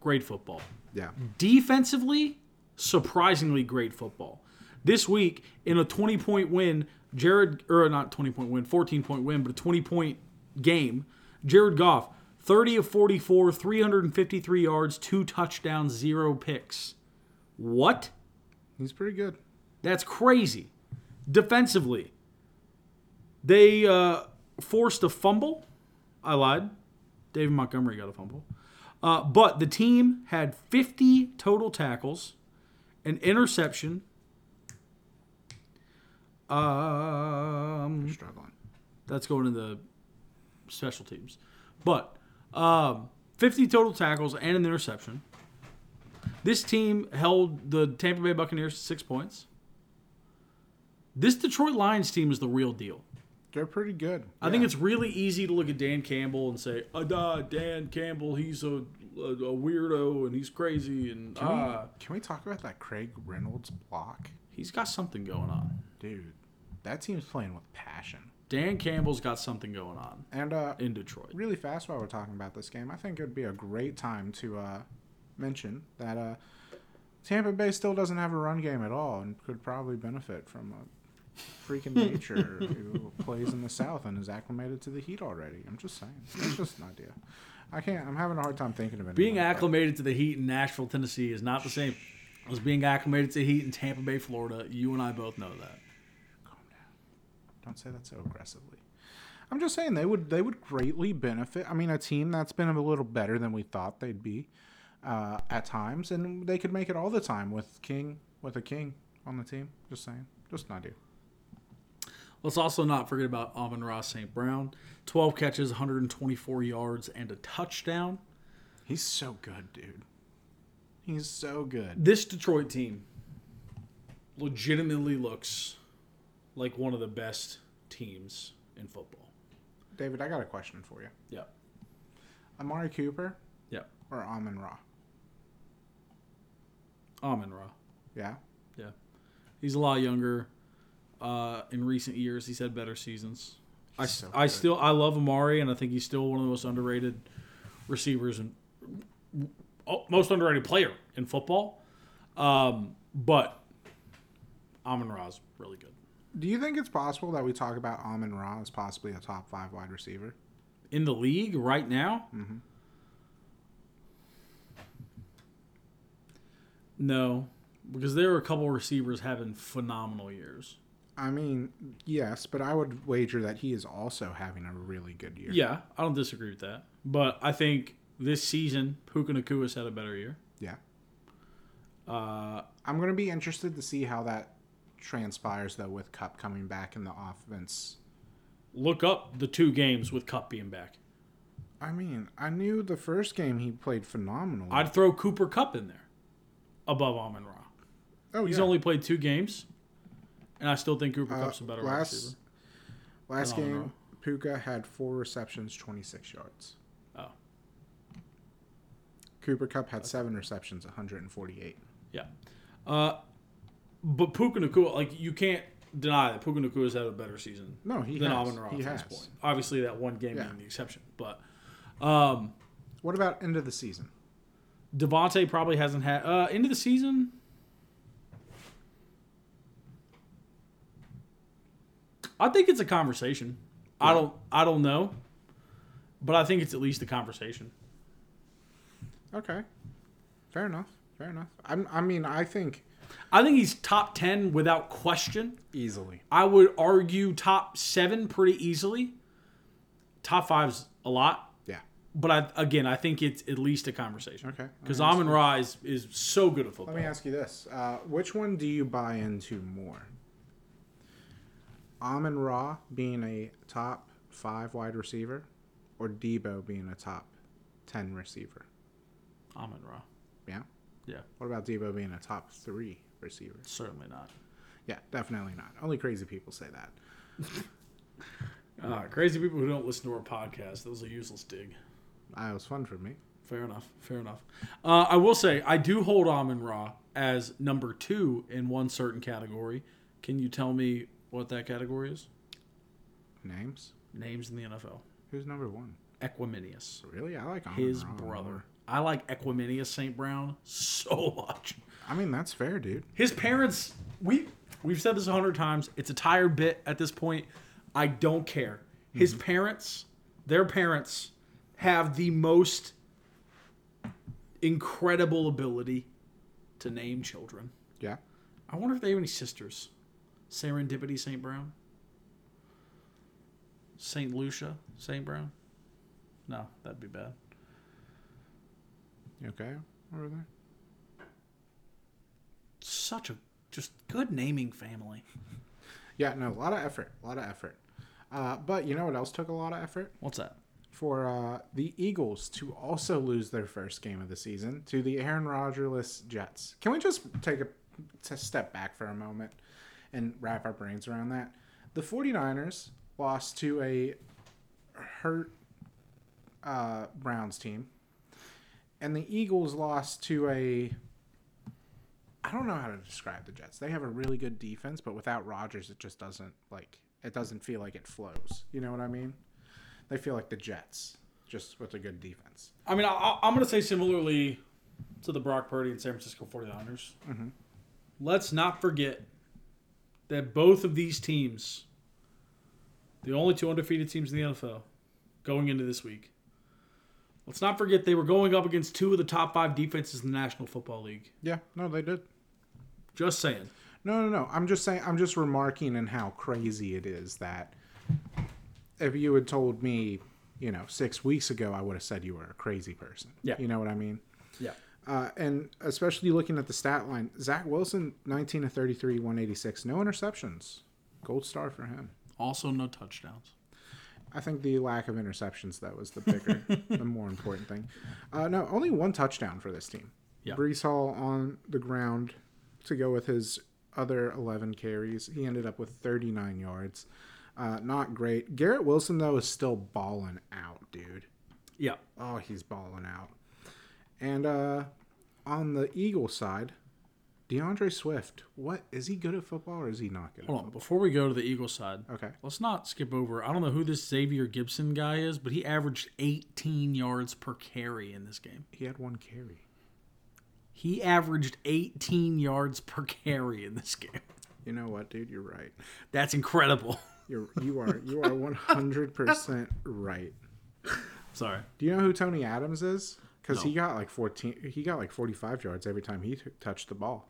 S1: great football.
S2: Yeah.
S1: Hmm. Defensively, surprisingly great football. This week, in a 20 point win, Jared, or not 20 point win, 14 point win, but a 20 point game, Jared Goff, 30 of 44, 353 yards, two touchdowns, zero picks. What?
S2: He's pretty good.
S1: That's crazy. Defensively, they uh, forced a fumble. I lied. David Montgomery got a fumble. Uh, but the team had 50 total tackles, an interception. Um,
S2: Struggling.
S1: that's going to the special teams. But um, 50 total tackles and an interception. This team held the Tampa Bay Buccaneers to six points. This Detroit Lions team is the real deal.
S2: They're pretty good.
S1: I think it's really easy to look at Dan Campbell and say, "Ah, da, Dan Campbell, he's a, a, a weirdo and he's crazy and
S2: Can we-
S1: ah,
S2: can we talk about that Craig Reynolds block?
S1: he's got something going on."
S2: Dude, that team's playing with passion.
S1: Dan Campbell's got something going on
S2: And uh,
S1: in Detroit.
S2: really fast while we're talking about this game, I think it would be a great time to uh, mention that uh, Tampa Bay still doesn't have a run game at all and could probably benefit from a freaking nature who plays in the South and is acclimated to the heat already. I'm just saying. It's just an idea. I can't. I'm having a hard time thinking of it.
S1: Being acclimated to the heat in Nashville, Tennessee is not the same as being acclimated to heat in Tampa Bay, Florida. You and I both know that.
S2: Don't say that so aggressively. I'm just saying they would they would greatly benefit. I mean, a team that's been a little better than we thought they'd be uh, at times, and they could make it all the time with King with a King on the team. Just saying, just not do.
S1: Let's also not forget about Amon Ross St. Brown. 12 catches, 124 yards, and a touchdown.
S2: He's so good, dude. He's so good.
S1: This Detroit team legitimately looks like one of the best teams in football.
S2: David, I got a question for you.
S1: Yeah.
S2: Amari Cooper
S1: Yeah.
S2: or Amon Ra?
S1: Amon Ross.
S2: Yeah,
S1: Yeah. He's a lot younger. Uh, in recent years, he's had better seasons. I, s-
S2: so
S1: I
S2: good.
S1: still I love Amari, and I think he's still one of the most underrated receivers and oh, most underrated player in football. Um, but Amon Ra's really good
S2: Do you think it's possible that we talk about Amon Ra as possibly a top five wide receiver?
S1: in the league right now.
S2: Mm-hmm.
S1: No, because there are a couple receivers having phenomenal years.
S2: I mean, yes, but I would wager that he is also having a really good year.
S1: Yeah, I don't disagree with that. But I think this season, Puka Nakua's had a better year.
S2: Yeah.
S1: Uh,
S2: I'm going to be interested to see how that transpires, though, with Cup coming back in the offense.
S1: look up the two games with Cup being back.
S2: I mean, I knew the first game he played phenomenal.
S1: I'd throw Cooper Cup in there above Amon Ra.
S2: oh,
S1: He's
S2: yeah.
S1: only played two games, and I still think Cooper
S2: Uh,
S1: Cup's a better wide receiver.
S2: last, last
S1: Than Amon
S2: game, Puka had four receptions, 26 yards.
S1: Oh.
S2: Cooper Cup had seven receptions, 148.
S1: Yeah. Uh, but Puka Nakua, like, you can't deny that Puka Nakua's had a better season
S2: No, he
S1: than
S2: has.
S1: Amon Ra
S2: He
S1: at this
S2: has.
S1: point. Obviously, that one game
S2: Yeah.
S1: being the exception. But um,
S2: What about end of the season?
S1: Devontae probably hasn't had uh end of the season. I think it's a conversation. I don't I don't know. But I think it's at least a conversation.
S2: Okay. Fair enough. Fair enough. I'm, I mean, I think
S1: I think he's top 10 without question.
S2: easily.
S1: I would argue top 7 pretty easily. Top 5's a lot,
S2: Yeah.
S1: but I again, I think it's at least a conversation.
S2: Okay.
S1: Cuz
S2: Let me ask
S1: Amon Ra is, is so good at football.
S2: Let me ask you this: uh, Which one do you buy into more? Amon Ra being a top five wide receiver, or Debo being a top ten receiver?
S1: Amon Ra.
S2: Yeah.
S1: Yeah,
S2: What about Debo being a top three receiver?
S1: certainly not.
S2: Yeah, definitely not. Only crazy people say that.
S1: Uh, crazy people who don't listen to our podcast. That was a useless dig.
S2: Uh, it was fun for me.
S1: Fair enough. Fair enough. Uh, I will say, I do hold Amon Ra as number two in one certain category. Can you tell me what that category is?
S2: Names?
S1: Names in the NFL.
S2: Who's number one?
S1: Equiminius,
S2: Really, I like Amon
S1: his
S2: Ra more.
S1: brother. I like Equiminius St. Brown so (laughs) much.
S2: I mean, that's fair, dude.
S1: His parents, we we've said this a hundred times. It's a tired bit at this point. I don't care. His parents, their parents, have the most incredible ability to name children.
S2: Yeah.
S1: I wonder if they have any sisters. Serendipity St. Brown. St. Lucia St. Brown. No, that'd be bad.
S2: You okay over there?
S1: Such a just good naming family.
S2: Yeah, no, a lot of effort, a lot of effort. Uh, but you know what else took a lot of effort?
S1: What's that?
S2: For uh, the Eagles to also lose their first game of the season to the Aaron Rodgerless Jets. Can we just take a to step back for a moment and wrap our brains around that? The 49ers lost to a hurt uh, Browns team, and the Eagles lost to a I don't know how to describe the Jets. They have a really good defense, but without Rodgers, it just doesn't like it doesn't feel like it flows. You know what I mean? They feel like the Jets, just with a good defense.
S1: I mean, I- I, I'm going to say similarly to the Brock Purdy and San Francisco 49ers. Let's not forget that both of these teams, the only two undefeated teams in the NFL going into this week, let's not forget they were going up against two of the top five defenses in the National Football League.
S2: Yeah, no, they did.
S1: Just saying.
S2: No, no, no. I'm just saying. I'm just remarking in how crazy it is that if you had told me, you know, six weeks ago, I would have said you were a crazy person.
S1: Yeah.
S2: You know what I mean?
S1: Yeah.
S2: Uh, and especially looking at the stat line, Zach Wilson, 19 to 33, 186, no interceptions. Gold star for him.
S1: Also, no touchdowns.
S2: I think the lack of interceptions that was
S1: (laughs)
S2: the bigger, the more important thing. Uh, no, only one touchdown for this team.
S1: Yeah.
S2: Brees Hall on the ground to go with his other 11 carries. He ended up with 39 yards. Uh, not great. Garrett Wilson though is still balling out, dude.
S1: Yeah.
S2: Oh, he's balling out. And uh, on the Eagle side, DeAndre Swift. What is he good at football or is he not good? At
S1: Hold on. Before we go to the Eagles side,
S2: Okay.
S1: let's not skip over. I don't know who this Xavier Gibson guy is, but he averaged 18 yards per carry in this game.
S2: He had one carry.
S1: He averaged 18 yards per carry in this game.
S2: You know what, dude? You're right.
S1: That's incredible. (laughs)
S2: You're you are you are one hundred percent right.
S1: Sorry.
S2: Do you know who Tony Adams is? Because he
S1: No.
S2: got like fourteen, he got like forty five yards every time he t- touched the ball.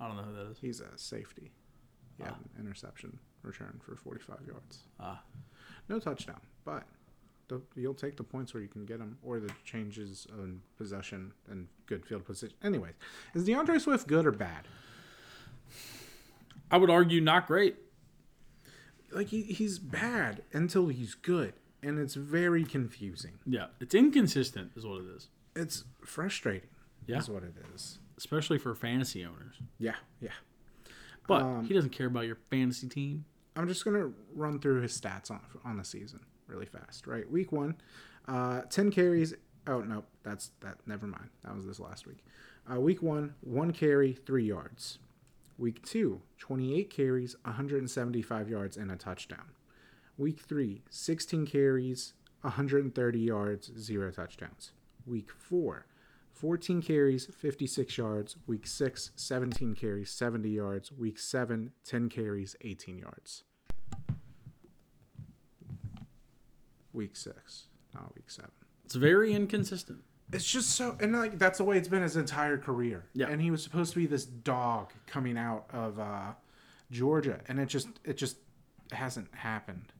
S1: I don't know who that is.
S2: He's a safety. He had an interception return for forty five yards.
S1: Ah.
S2: No touchdown, but the, you'll take the points where you can get them, or the changes in possession and good field position. Anyways, is DeAndre Swift good or bad?
S1: I would argue not great.
S2: Like he, he's bad until he's good, and it's very confusing.
S1: Yeah. It's inconsistent, is what it is,
S2: It's frustrating.
S1: Yeah.
S2: is what it is.
S1: especially for fantasy owners.
S2: Yeah, yeah.
S1: But he doesn't care about your fantasy team.
S2: I'm just gonna run through his stats on on the season really fast. Right, week one, uh, ten carries. Oh no, that's that. Never mind. That was this last week. Uh, week one, one carry, three yards. Week two, 28 carries, 175 yards, and a touchdown. Week three, 16 carries, 130 yards, zero touchdowns. Week four, 14 carries, 56 yards. Week six, 17 carries, 70 yards. Week seven, 10 carries, 18 yards. Week six, not week seven.
S1: It's very inconsistent.
S2: It's just so, and like that's the way it's been his entire career.
S1: Yeah.
S2: And he was supposed to be this dog coming out of uh, Georgia, and it just, it just hasn't happened.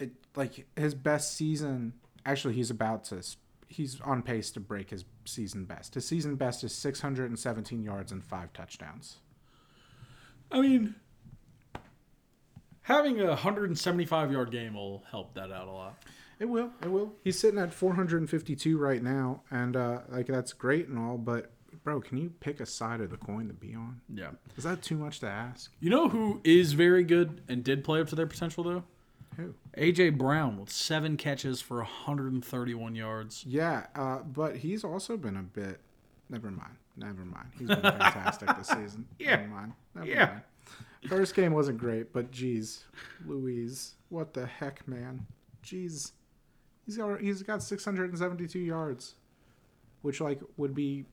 S2: It like his best season. Actually, he's about to. s- He's on pace to break his season best. His season best is 617 yards and five touchdowns.
S1: I mean, having a 175 yard game will help that out a lot.
S2: It will. It will. He's sitting at 452 right now, and uh, like that's great and all, but bro, can you pick a side of the coin to be on?
S1: Yeah.
S2: Is that too much to ask?
S1: You know who is very good and did play up to their potential, though?
S2: Who?
S1: AJ Brown with seven catches for 131 yards.
S2: Yeah, uh, but he's also been a bit. Never mind. Never mind. He's been fantastic this season.
S1: (laughs) Yeah.
S2: Never mind. Never
S1: Yeah.
S2: mind. First game wasn't great, but geez, Louise, what the heck, man? Jeez, He's got he's got 672 yards, which like would be.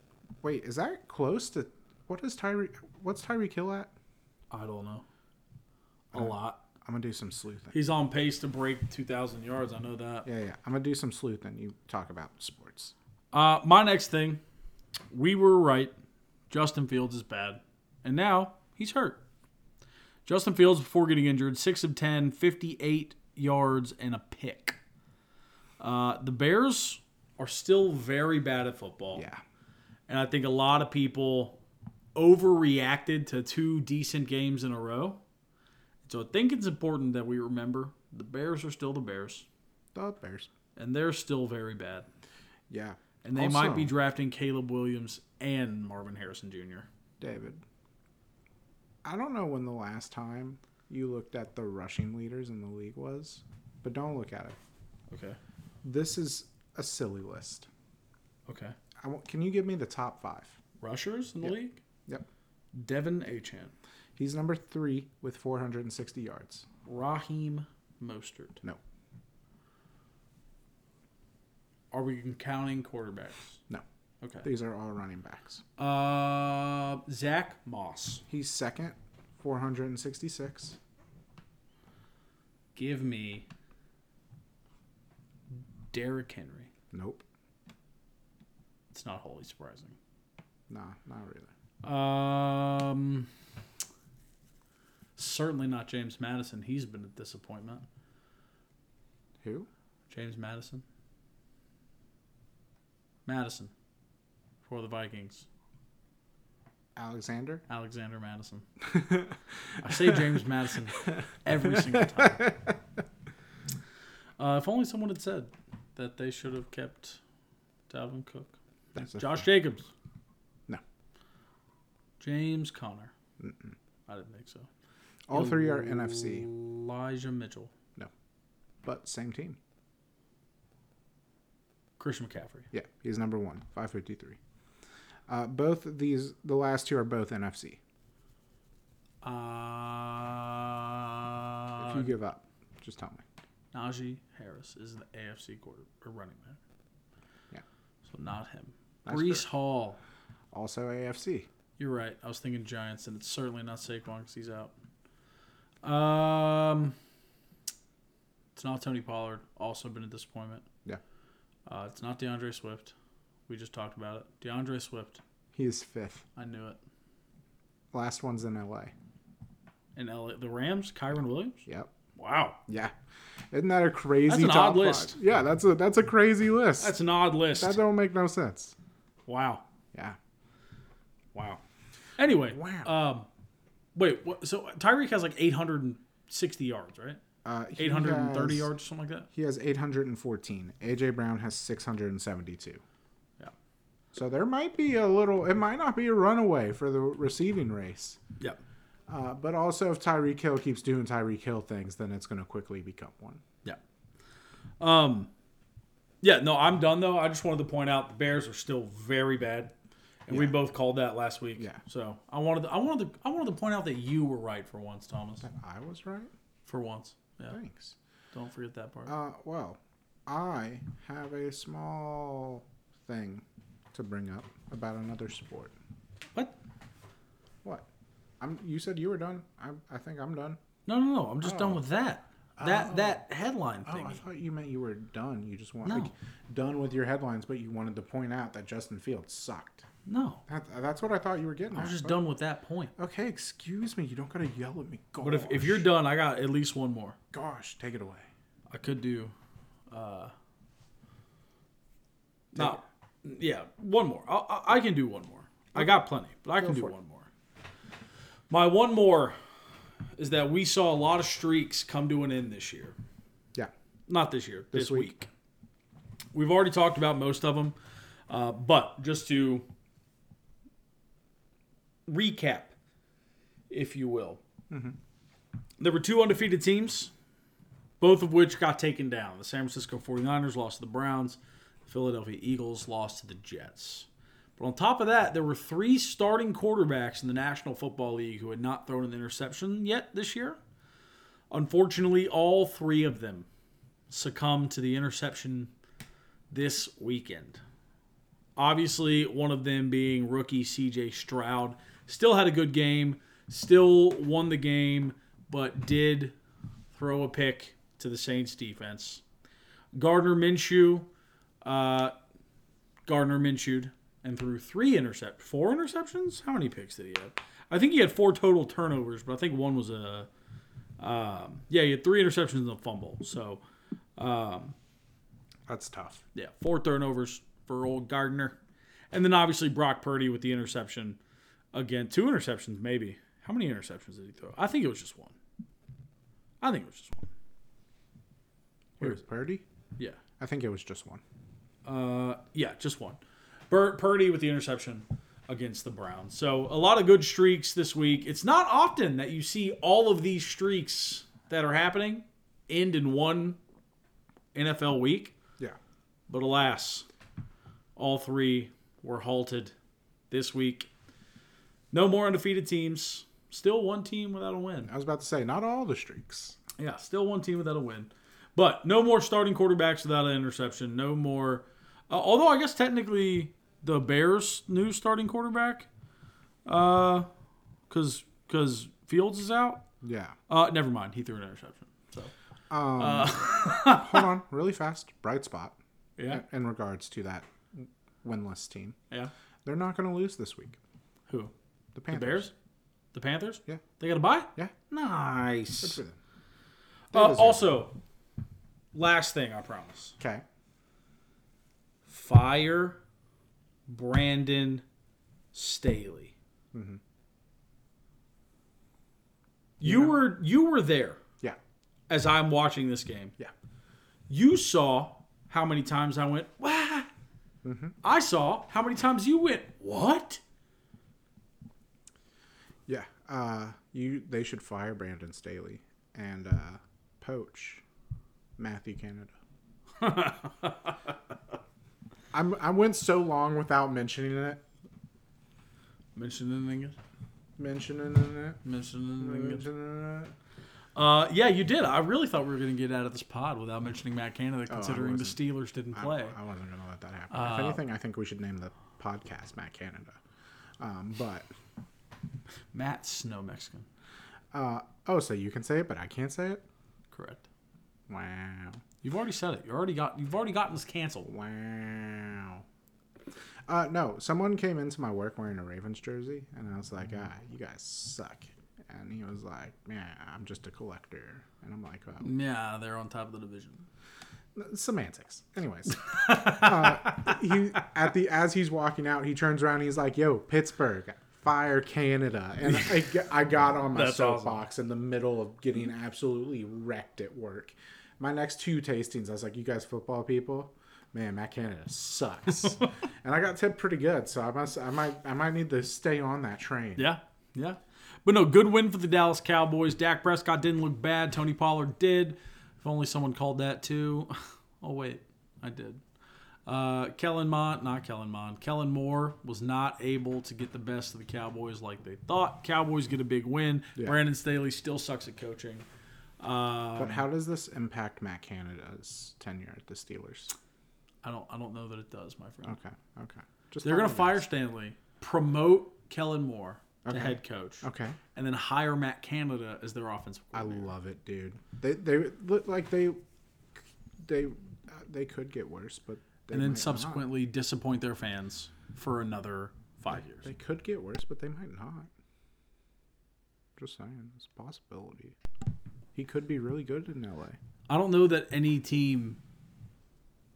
S2: Wait, is that close to what is Tyree? What's Tyree Kill at?
S1: I don't know. A lot.
S2: I'm gonna do some sleuthing.
S1: He's on pace to break 2,000 yards. I know that.
S2: Yeah, yeah. I'm gonna do some sleuthing. You talk about sports.
S1: Uh, my next thing, we were right. Justin Fields is bad, and now he's hurt. Justin Fields, before getting injured, six of 10, 58 yards and a pick. Uh, the Bears are still very bad at football.
S2: Yeah,
S1: And I think a lot of people overreacted to two decent games in a row. So I think it's important that we remember the Bears are still the Bears,
S2: the Bears.
S1: and they're still very bad.
S2: Yeah,
S1: And they might be
S2: Also,
S1: drafting Caleb Williams and Marvin Harrison Jr.
S2: David. I don't know when the last time you looked at the rushing leaders in the league was, but don't look at it.
S1: Okay.
S2: This is a silly list.
S1: Okay.
S2: I want, can you give me the top five?
S1: Rushers in the league?
S2: Yep.
S1: Devin Achan,
S2: He's number three with 460 yards.
S1: Raheem Mostert.
S2: No,
S1: Are we counting quarterbacks?
S2: no.
S1: Okay.
S2: These are all running backs.
S1: Uh, Zach Moss.
S2: He's second, 466.
S1: Give me Derrick Henry.
S2: Nope.
S1: It's not wholly surprising.
S2: Nah, not really.
S1: Um, certainly not James Madison. He's been a disappointment.
S2: Who?
S1: James Madison. Madison for the Vikings.
S2: Alexander?
S1: Alexander
S2: (laughs)
S1: Madison. I say James Madison every single time. Uh, if only someone had said that they should have kept Dalvin Cook.
S2: That's a-
S1: Josh Jacobs.
S2: No.
S1: James Connor. I didn't think so.
S2: All three are NFC,
S1: Elijah Mitchell.
S2: but same team.
S1: Christian McCaffrey.
S2: Yeah, he's number one, 553. Uh, both of these, the last two are both NFC. If
S1: Uh,
S2: you give up, just tell me.
S1: Najee Harris is the AFC quarter or running back.
S2: Yeah.
S1: So not him.
S2: That's
S1: Brees Hall.
S2: Also AFC.
S1: You're right. I was thinking Giants, and it's certainly not Saquon because he's out. Um, it's not Tony Pollard. Also been a disappointment.
S2: Yeah.
S1: Uh, it's not DeAndre Swift. We just talked about it. DeAndre Swift.
S2: He is fifth.
S1: I knew it.
S2: Last one's in LA.
S1: And LA, the Rams, Kyron Williams.
S2: Yep.
S1: Wow,
S2: Yeah. Isn't that a crazy
S1: That's an
S2: top
S1: odd
S2: five?
S1: list.
S2: Yeah, that's a that's a crazy list.
S1: that's an odd list.
S2: that don't make no sense.
S1: wow,
S2: Yeah.
S1: wow. Anyway,
S2: Wow.
S1: Um, wait. What, so Tyreek has like 860 yards, right?
S2: Uh, he
S1: 830
S2: has-
S1: yards, something like that.
S2: He has 814. AJ Brown has 672.
S1: Yeah.
S2: So there might be a little. It might not be a runaway for the receiving race.
S1: Yeah.
S2: Uh, but also, if Tyreek Hill keeps doing Tyreek Hill things, then it's going to quickly become one.
S1: Yeah. Um yeah, no, I'm done though. I just wanted to point out the Bears are still very bad. And we both called that last week.
S2: Yeah.
S1: So I wanted to, I wanted to I wanted to point out that you were right for once, Thomas.
S2: I was right.
S1: For once. Yeah.
S2: Thanks.
S1: Don't forget that part.
S2: Uh, well, I have a small thing to bring up about another sport.
S1: what?
S2: What? I'm. You said you were done. I. I think I'm done.
S1: No, no, no. I'm just done with that. That
S2: Oh.
S1: that headline
S2: Oh,
S1: thing.
S2: I thought you meant you were done. You just want
S1: No.
S2: like done with your headlines, but you wanted to point out that Justin Fields sucked.
S1: no.
S2: That, that's what I thought you were getting.
S1: I was
S2: at.
S1: just
S2: But-
S1: done with that point.
S2: Okay, excuse me. You don't gotta yell at me. Gosh,
S1: But if, if you're done, I got at least one more.
S2: gosh, take it away.
S1: I could do. Uh, no, yeah, one more. I, I, I can do one more. I got plenty, but I can do
S2: for it.
S1: one more. My one more is that we saw a lot of streaks come to an end this year.
S2: Yeah,
S1: Not this year. This,
S2: This week.
S1: week. We've already talked about most of them, uh, but just to recap, if you will, there were two undefeated teams, both of which got taken down. The San Francisco 49ers lost to the Browns, the Philadelphia Eagles lost to the Jets. But on top of that, there were three starting quarterbacks in the National Football League who had not thrown an interception yet this year. Unfortunately, all three of them succumb to the interception this weekend. Obviously, one of them being rookie CJ Stroud. Still had a good game, still won the game, but did throw a pick to the Saints defense. Gardner Minshew, uh, Gardner Minshew, and threw three intercept, four interceptions. How many picks did he have? I think he had four total turnovers, but I think one was a, um, yeah, he had three interceptions and a fumble. So, um,
S2: That's tough.
S1: yeah, four turnovers for old Gardner, and then obviously Brock Purdy with the interception. Again, two interceptions maybe. How many interceptions did he throw? I think it was just one. I think it was just one.
S2: Who, Purdy?
S1: Yeah.
S2: I think it was just one.
S1: Uh, yeah, just one. Bur- Purdy with the interception against the Browns. So a lot of good streaks this week. It's not often that you see all of these streaks that are happening end in one NFL week,
S2: Yeah.
S1: but alas, all three were halted this week. No more undefeated teams. Still one team without a win.
S2: I was about to say, not all the streaks.
S1: Yeah, still one team without a win. But no more starting quarterbacks without an interception. No more. Uh, although I guess technically the Bears' new starting quarterback, because because Fields is out.
S2: Yeah.
S1: Uh, never mind. He threw an interception. So
S2: Um, (laughs) hold on, really fast. Bright spot
S1: yeah,
S2: in regards to that winless team.
S1: yeah.
S2: They're not going to lose this week.
S1: Who?
S2: The Panthers.
S1: The Bears? The Panthers?
S2: Yeah.
S1: They got a bye.
S2: Yeah. Good
S1: Nice.
S2: for them.
S1: Uh,
S2: deserve it.
S1: also, last thing I promise.
S2: Okay.
S1: fire Brandon Staley.
S2: Mm-hmm.
S1: You were you were there
S2: Yeah.
S1: as I'm watching this game.
S2: Yeah.
S1: You saw how many times I went, "Wah."
S2: Mm-hmm.
S1: I saw how many times you went, "What?"
S2: Yeah. Uh, you. They should fire Brandon Staley and uh, poach Matthew (laughs) Canada. I'm, I went so long without mentioning it.
S1: Mentioning it.
S2: Mentioning it.
S1: Mentioning
S2: Mentioning it. Mm-hmm.
S1: Uh, yeah, you did. I really thought we were going to get out of this pod without mentioning Matt Canada,
S2: Oh, I
S1: considering the
S2: wasn't.
S1: Steelers didn't
S2: I-
S1: play.
S2: I, wasn't going to let that happen. if anything, I think we should name the podcast Matt Canada. Um, but
S1: Matt's no Mexican.
S2: uh, oh, so you can say it, but I can't say it.
S1: Correct.
S2: Wow,
S1: You've already said it. You already got. You've already gotten this canceled.
S2: wow. Uh, no, someone came into my work wearing a Ravens jersey, and I was like, "Ah, you guys suck." And he was like, "Yeah, I'm just a collector." And I'm like, "Oh, well,
S1: Yeah, they're on top of the division.
S2: semantics. Anyways, uh, he at the as he's walking out, he turns around. he's like, "Yo, Pittsburgh, fire Canada!" And I, g- I got on my
S1: That's
S2: soapbox in the middle of getting absolutely wrecked at work. My next two tastings, I was like, "You guys, football people." Man, Matt Canada
S1: (laughs)
S2: sucks, and I got tipped pretty good, so I must, I might, I might need to stay on that train.
S1: Yeah, yeah. But no, good win for the Dallas Cowboys. Dak Prescott didn't look bad. Tony Pollard did. If only someone called that too. (laughs) Oh wait, I did. Uh, Kellen Mond, not Kellen Mond. Kellen Moore was not able to get the best of the Cowboys like they thought. Cowboys get a big win. Brandon Staley still sucks at coaching. Uh,
S2: But how does this impact Matt Canada's tenure at the Steelers?
S1: I don't. I don't know that it does, my friend.
S2: Okay, okay. Just
S1: They're gonna
S2: thought-
S1: fire Stanley, promote Kellen Moore to
S2: Okay.
S1: head coach.
S2: Okay.
S1: and then hire Matt Canada as their offensive
S2: I
S1: coordinator.
S2: love it, dude. They they look like they they uh, they could get worse, but they
S1: and
S2: might
S1: then
S2: not.
S1: subsequently disappoint their fans for another five years.
S2: they could get worse, but they might not. Just saying, it's a possibility. He could be really good in LA.
S1: I don't know that any team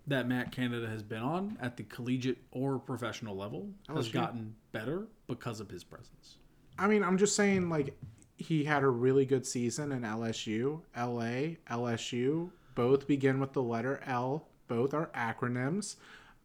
S1: that Matt Canada has been on at the collegiate or professional level has
S2: LSU?
S1: gotten better because of his presence.
S2: I mean, I'm just saying, like he had a really good season in LSU, LA, LSU. Both begin with the letter L. Both are acronyms.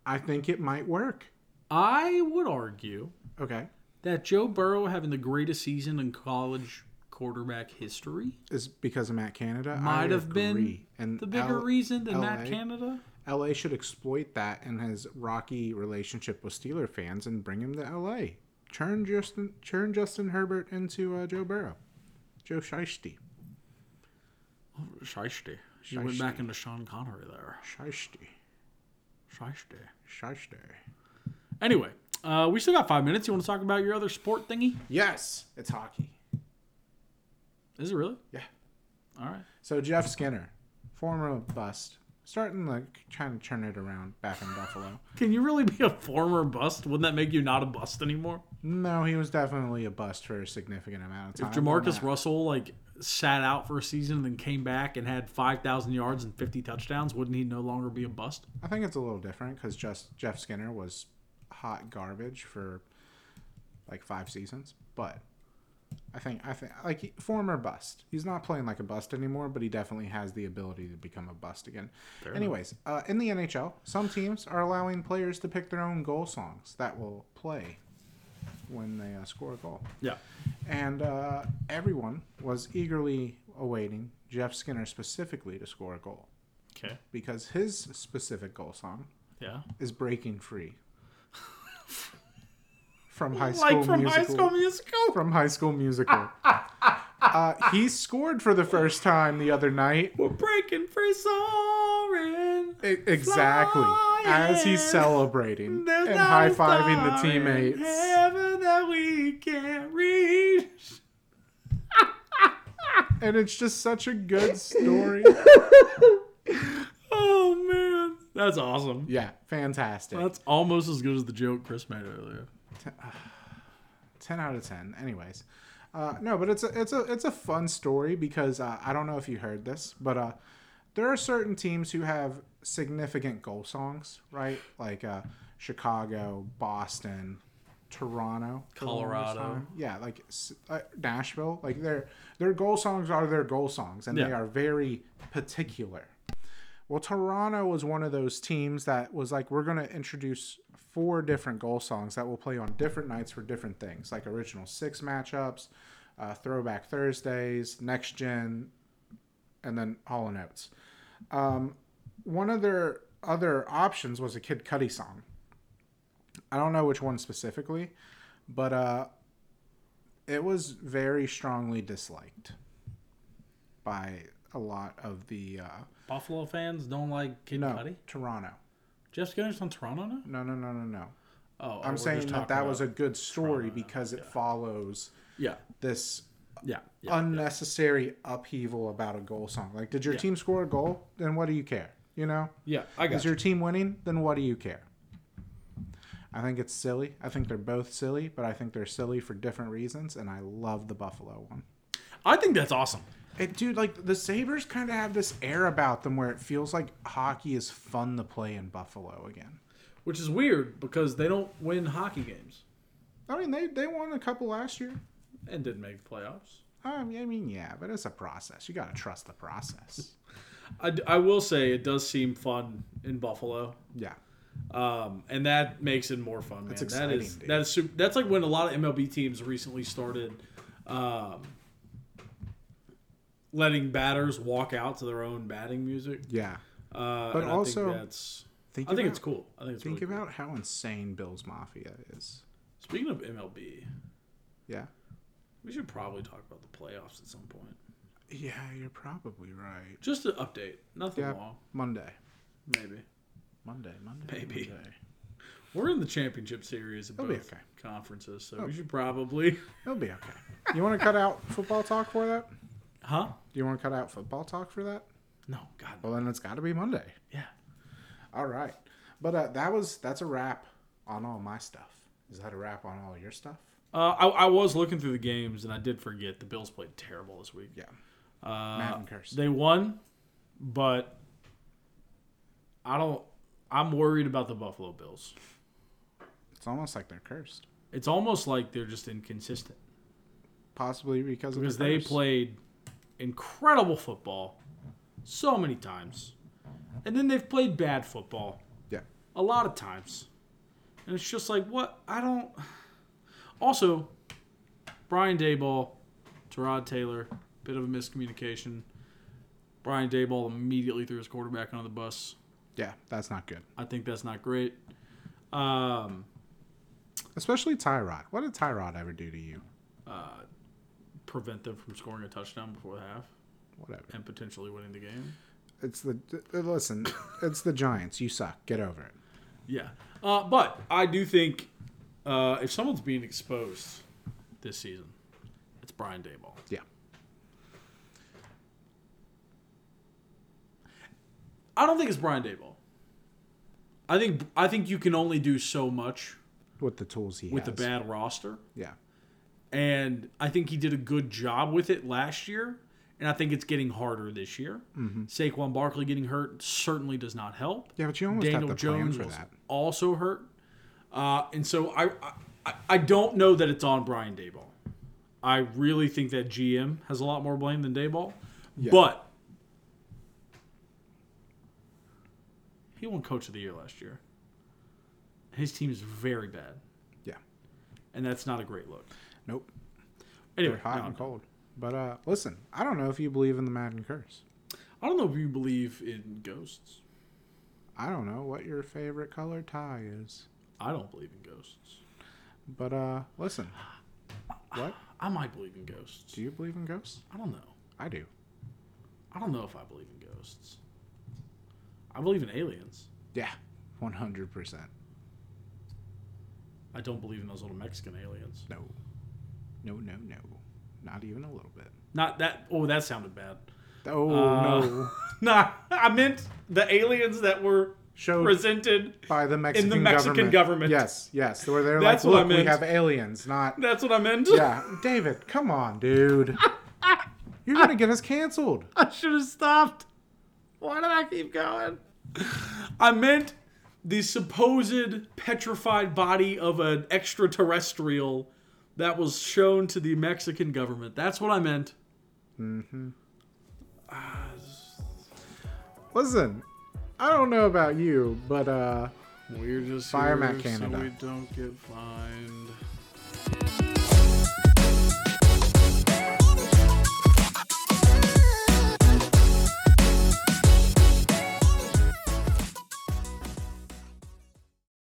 S2: I think it might work.
S1: I would argue
S2: Okay,
S1: that Joe Burrow having the greatest season in college quarterback history
S2: is because of Matt Canada I
S1: might have been
S2: agree. and
S1: the bigger
S2: L-
S1: reason than Matt
S2: LA?
S1: Canada.
S2: LA should exploit that and his rocky relationship with Steeler fans and bring him to LA. Turn Justin, turn Justin Herbert into uh, Joe Burrow, Joe Shiesty.
S1: Shiesty. You went back into Sean Connery there.
S2: Shiesty.
S1: Shyster.
S2: Shiesty.
S1: Anyway, uh, we still got five minutes. You want to talk about your other sport thingy?
S2: Yes, it's hockey.
S1: Is it really?
S2: Yeah.
S1: All right.
S2: So Jeff Skinner, former bust, starting to trying to turn it around back in Buffalo.
S1: Can you really be a former bust? Wouldn't that make you not a bust anymore?
S2: No, he was definitely a bust for a significant amount of time.
S1: If Jamarcus
S2: Now-
S1: Russell like sat out for a season and then came back and had five thousand yards and fifty touchdowns, wouldn't he no longer be a bust?
S2: I think it's a little different because just Jeff Skinner was hot garbage for like five seasons, but I think I think like he- former bust. He's not playing like a bust anymore, but he definitely has the ability to become a bust again. Anyways, uh, in the NHL, some teams are allowing players to pick their own goal songs that will play when they uh, score a goal
S1: Yeah.
S2: and uh, everyone was eagerly awaiting Jeff Skinner specifically to score a goal
S1: Okay.
S2: because his specific goal song
S1: Yeah.
S2: is "Breaking Free" from High School
S1: Like from
S2: Musical.
S1: High School Musical.
S2: From High School
S1: (laughs)
S2: Musical. uh, he scored for the first time the other night.
S1: We're breaking free soaring.
S2: E- exactly as he's
S1: Flying.
S2: celebrating and high fiving the teammates.
S1: Heaven that we can't reach.
S2: And it's just such a
S1: (laughs)
S2: good story.
S1: Oh man, that's awesome.
S2: yeah, fantastic.
S1: That's almost as good as the joke Chris made earlier.
S2: 10 out of 10 anyways uh, no but it's a it's a it's a fun story because uh, i don't know if you heard this but uh, there are certain teams who have significant goal songs right like uh, chicago boston toronto for the longest
S1: Colorado.
S2: time. yeah like s- uh, nashville like their their goal songs are their goal songs and they
S1: Yeah.
S2: are very particular well, Toronto was one of those teams that was like, we're going to introduce four different goal songs that will play on different nights for different things, like original six matchups, uh, throwback Thursdays, next gen, and then Hall and Oates. Um, one of their other options was a Kid Cudi song. I don't know which one specifically, but uh, it was very strongly disliked by a lot of the. Uh,
S1: Buffalo fans don't like Kid
S2: no,
S1: Cudi.
S2: Toronto.
S1: Jeff Skinner's on Toronto now.
S2: No, no, no, no, no.
S1: Oh,
S2: I'm saying that that was a good story because it follows
S1: yeah,
S2: this
S1: yeah, yeah.
S2: Uh, unnecessary upheaval about a goal song. Like, did your team score a goal? Then what do you care? You know,
S1: Yeah, I got
S2: is your team winning? Then what do you care? I think it's silly. I think they're both silly, but I think they're silly for different reasons, and I love the Buffalo one.
S1: I think that's awesome.
S2: It, dude, like the Sabres kind of have this air about them where it feels like hockey is fun to play in Buffalo again.
S1: Which is weird because they don't win hockey games
S2: I mean, they, they won a couple last year.
S1: and didn't make the playoffs.
S2: I mean, I mean, yeah, but it's a process. You got to trust the process.
S1: I, d- I will say it does seem fun in Buffalo,
S2: Yeah.
S1: um, and that makes it more fun. Man, that's
S2: exciting,
S1: That is
S2: dude.
S1: that is super, that's like when a lot of MLB teams recently started um, letting batters walk out to their own batting music.
S2: Yeah.
S1: Uh,
S2: But
S1: and I
S2: also-
S1: think that's
S2: Think
S1: I think
S2: about-
S1: it's cool. I think it's
S2: Think
S1: really cool.
S2: about how insane Bill's Mafia is.
S1: Speaking of MLB,
S2: Yeah.
S1: we should probably talk about the playoffs at some point.
S2: Yeah, you're probably right.
S1: Just an update, nothing
S2: Yeah.
S1: long,
S2: Monday.
S1: maybe.
S2: Monday, Monday.
S1: Maybe.
S2: Monday.
S1: We're in the championship series of
S2: It'll be
S1: both
S2: okay. Oh.
S1: conferences, so we should probably, (laughs)
S2: It'll be okay. You want to cut out football talk for that? Do
S1: huh?
S2: you want to cut out football talk for that?
S1: No, God,
S2: Well, then it's got to be Monday.
S1: yeah.
S2: All right. But uh, that was that's a wrap on all my stuff. Is that a wrap on all your stuff?
S1: Uh, I, I was looking through the games and I did forget the Bills played terrible this week.
S2: Yeah.
S1: Uh,
S2: Madden curse.
S1: They won, but I don't. I'm worried about the Buffalo Bills.
S2: It's almost like they're cursed.
S1: It's almost like they're just inconsistent.
S2: Possibly because of
S1: because
S2: the
S1: they
S2: curse.
S1: played incredible football so many times, and then they've played bad football
S2: Yeah.
S1: a lot of times, and it's just like what I don't. Also, Brian Dayball, Terod Taylor, bit of a miscommunication. Brian Dayball immediately threw his quarterback under the bus.
S2: Yeah, that's not good.
S1: I think that's not great. Um,
S2: Especially Tyrod. What did Tyrod ever do to you?
S1: prevent them from scoring a touchdown before the half
S2: Whatever.
S1: and potentially winning the game.
S2: It's the listen. (coughs) It's the Giants. You suck. Get over it.
S1: Yeah. Uh, but I do think uh, if someone's being exposed this season, it's Brian Dayball.
S2: Yeah.
S1: I don't think it's Brian Dayball. I think I think you can only do so much
S2: With the tools he
S1: with
S2: has.
S1: a bad roster,
S2: Yeah.
S1: and I think he did a good job with it last year, and I think it's getting harder this year. Saquon Barkley getting hurt certainly does not help.
S2: Mm-hmm. Yeah, but you almost
S1: Daniel
S2: have to plan
S1: Jones
S2: for
S1: was
S2: that.
S1: also hurt, uh, and so I, I I don't know that it's on Brian Dayball. I really think that GM has a lot more blame than Dayball, but he won Coach of the Year last year. His team is very bad,
S2: Yeah.
S1: and that's not a great look.
S2: Nope.
S1: Anyway,
S2: They're hot
S1: no,
S2: and cold. But uh, listen, I don't know if you believe in the Madden curse.
S1: I don't know if you believe in ghosts.
S2: I don't know what your favorite color tie is.
S1: I don't believe in ghosts.
S2: But uh,
S1: (sighs)
S2: listen, what
S1: I might believe in ghosts.
S2: do you believe in ghosts?
S1: I don't know.
S2: I do.
S1: I don't know if I believe in ghosts. I believe in aliens.
S2: Yeah, one hundred percent.
S1: I don't believe in those little Mexican aliens.
S2: No, no, no, no, not even a little bit.
S1: Not that. Oh, that sounded bad. (laughs)
S2: Oh
S1: Uh,
S2: no!
S1: Nah, I meant the aliens that were
S2: Showed
S1: presented. (laughs)
S2: by the Mexican
S1: Mexican government.
S2: Yes, yes. Where they're
S1: That's
S2: like,
S1: what I
S2: look, we
S1: meant.
S2: have aliens, not
S1: That's what I meant.
S2: yeah. David, come on,
S1: (laughs)
S2: dude. You're gonna get us canceled.
S1: I should have stopped. Why did I keep going? I meant the supposed petrified body of an extraterrestrial that was shown to the Mexican government. That's what I meant.
S2: Listen, I don't know about you, but uh.
S1: We're just
S2: Fire here Matt so Canada. we
S1: don't get fined.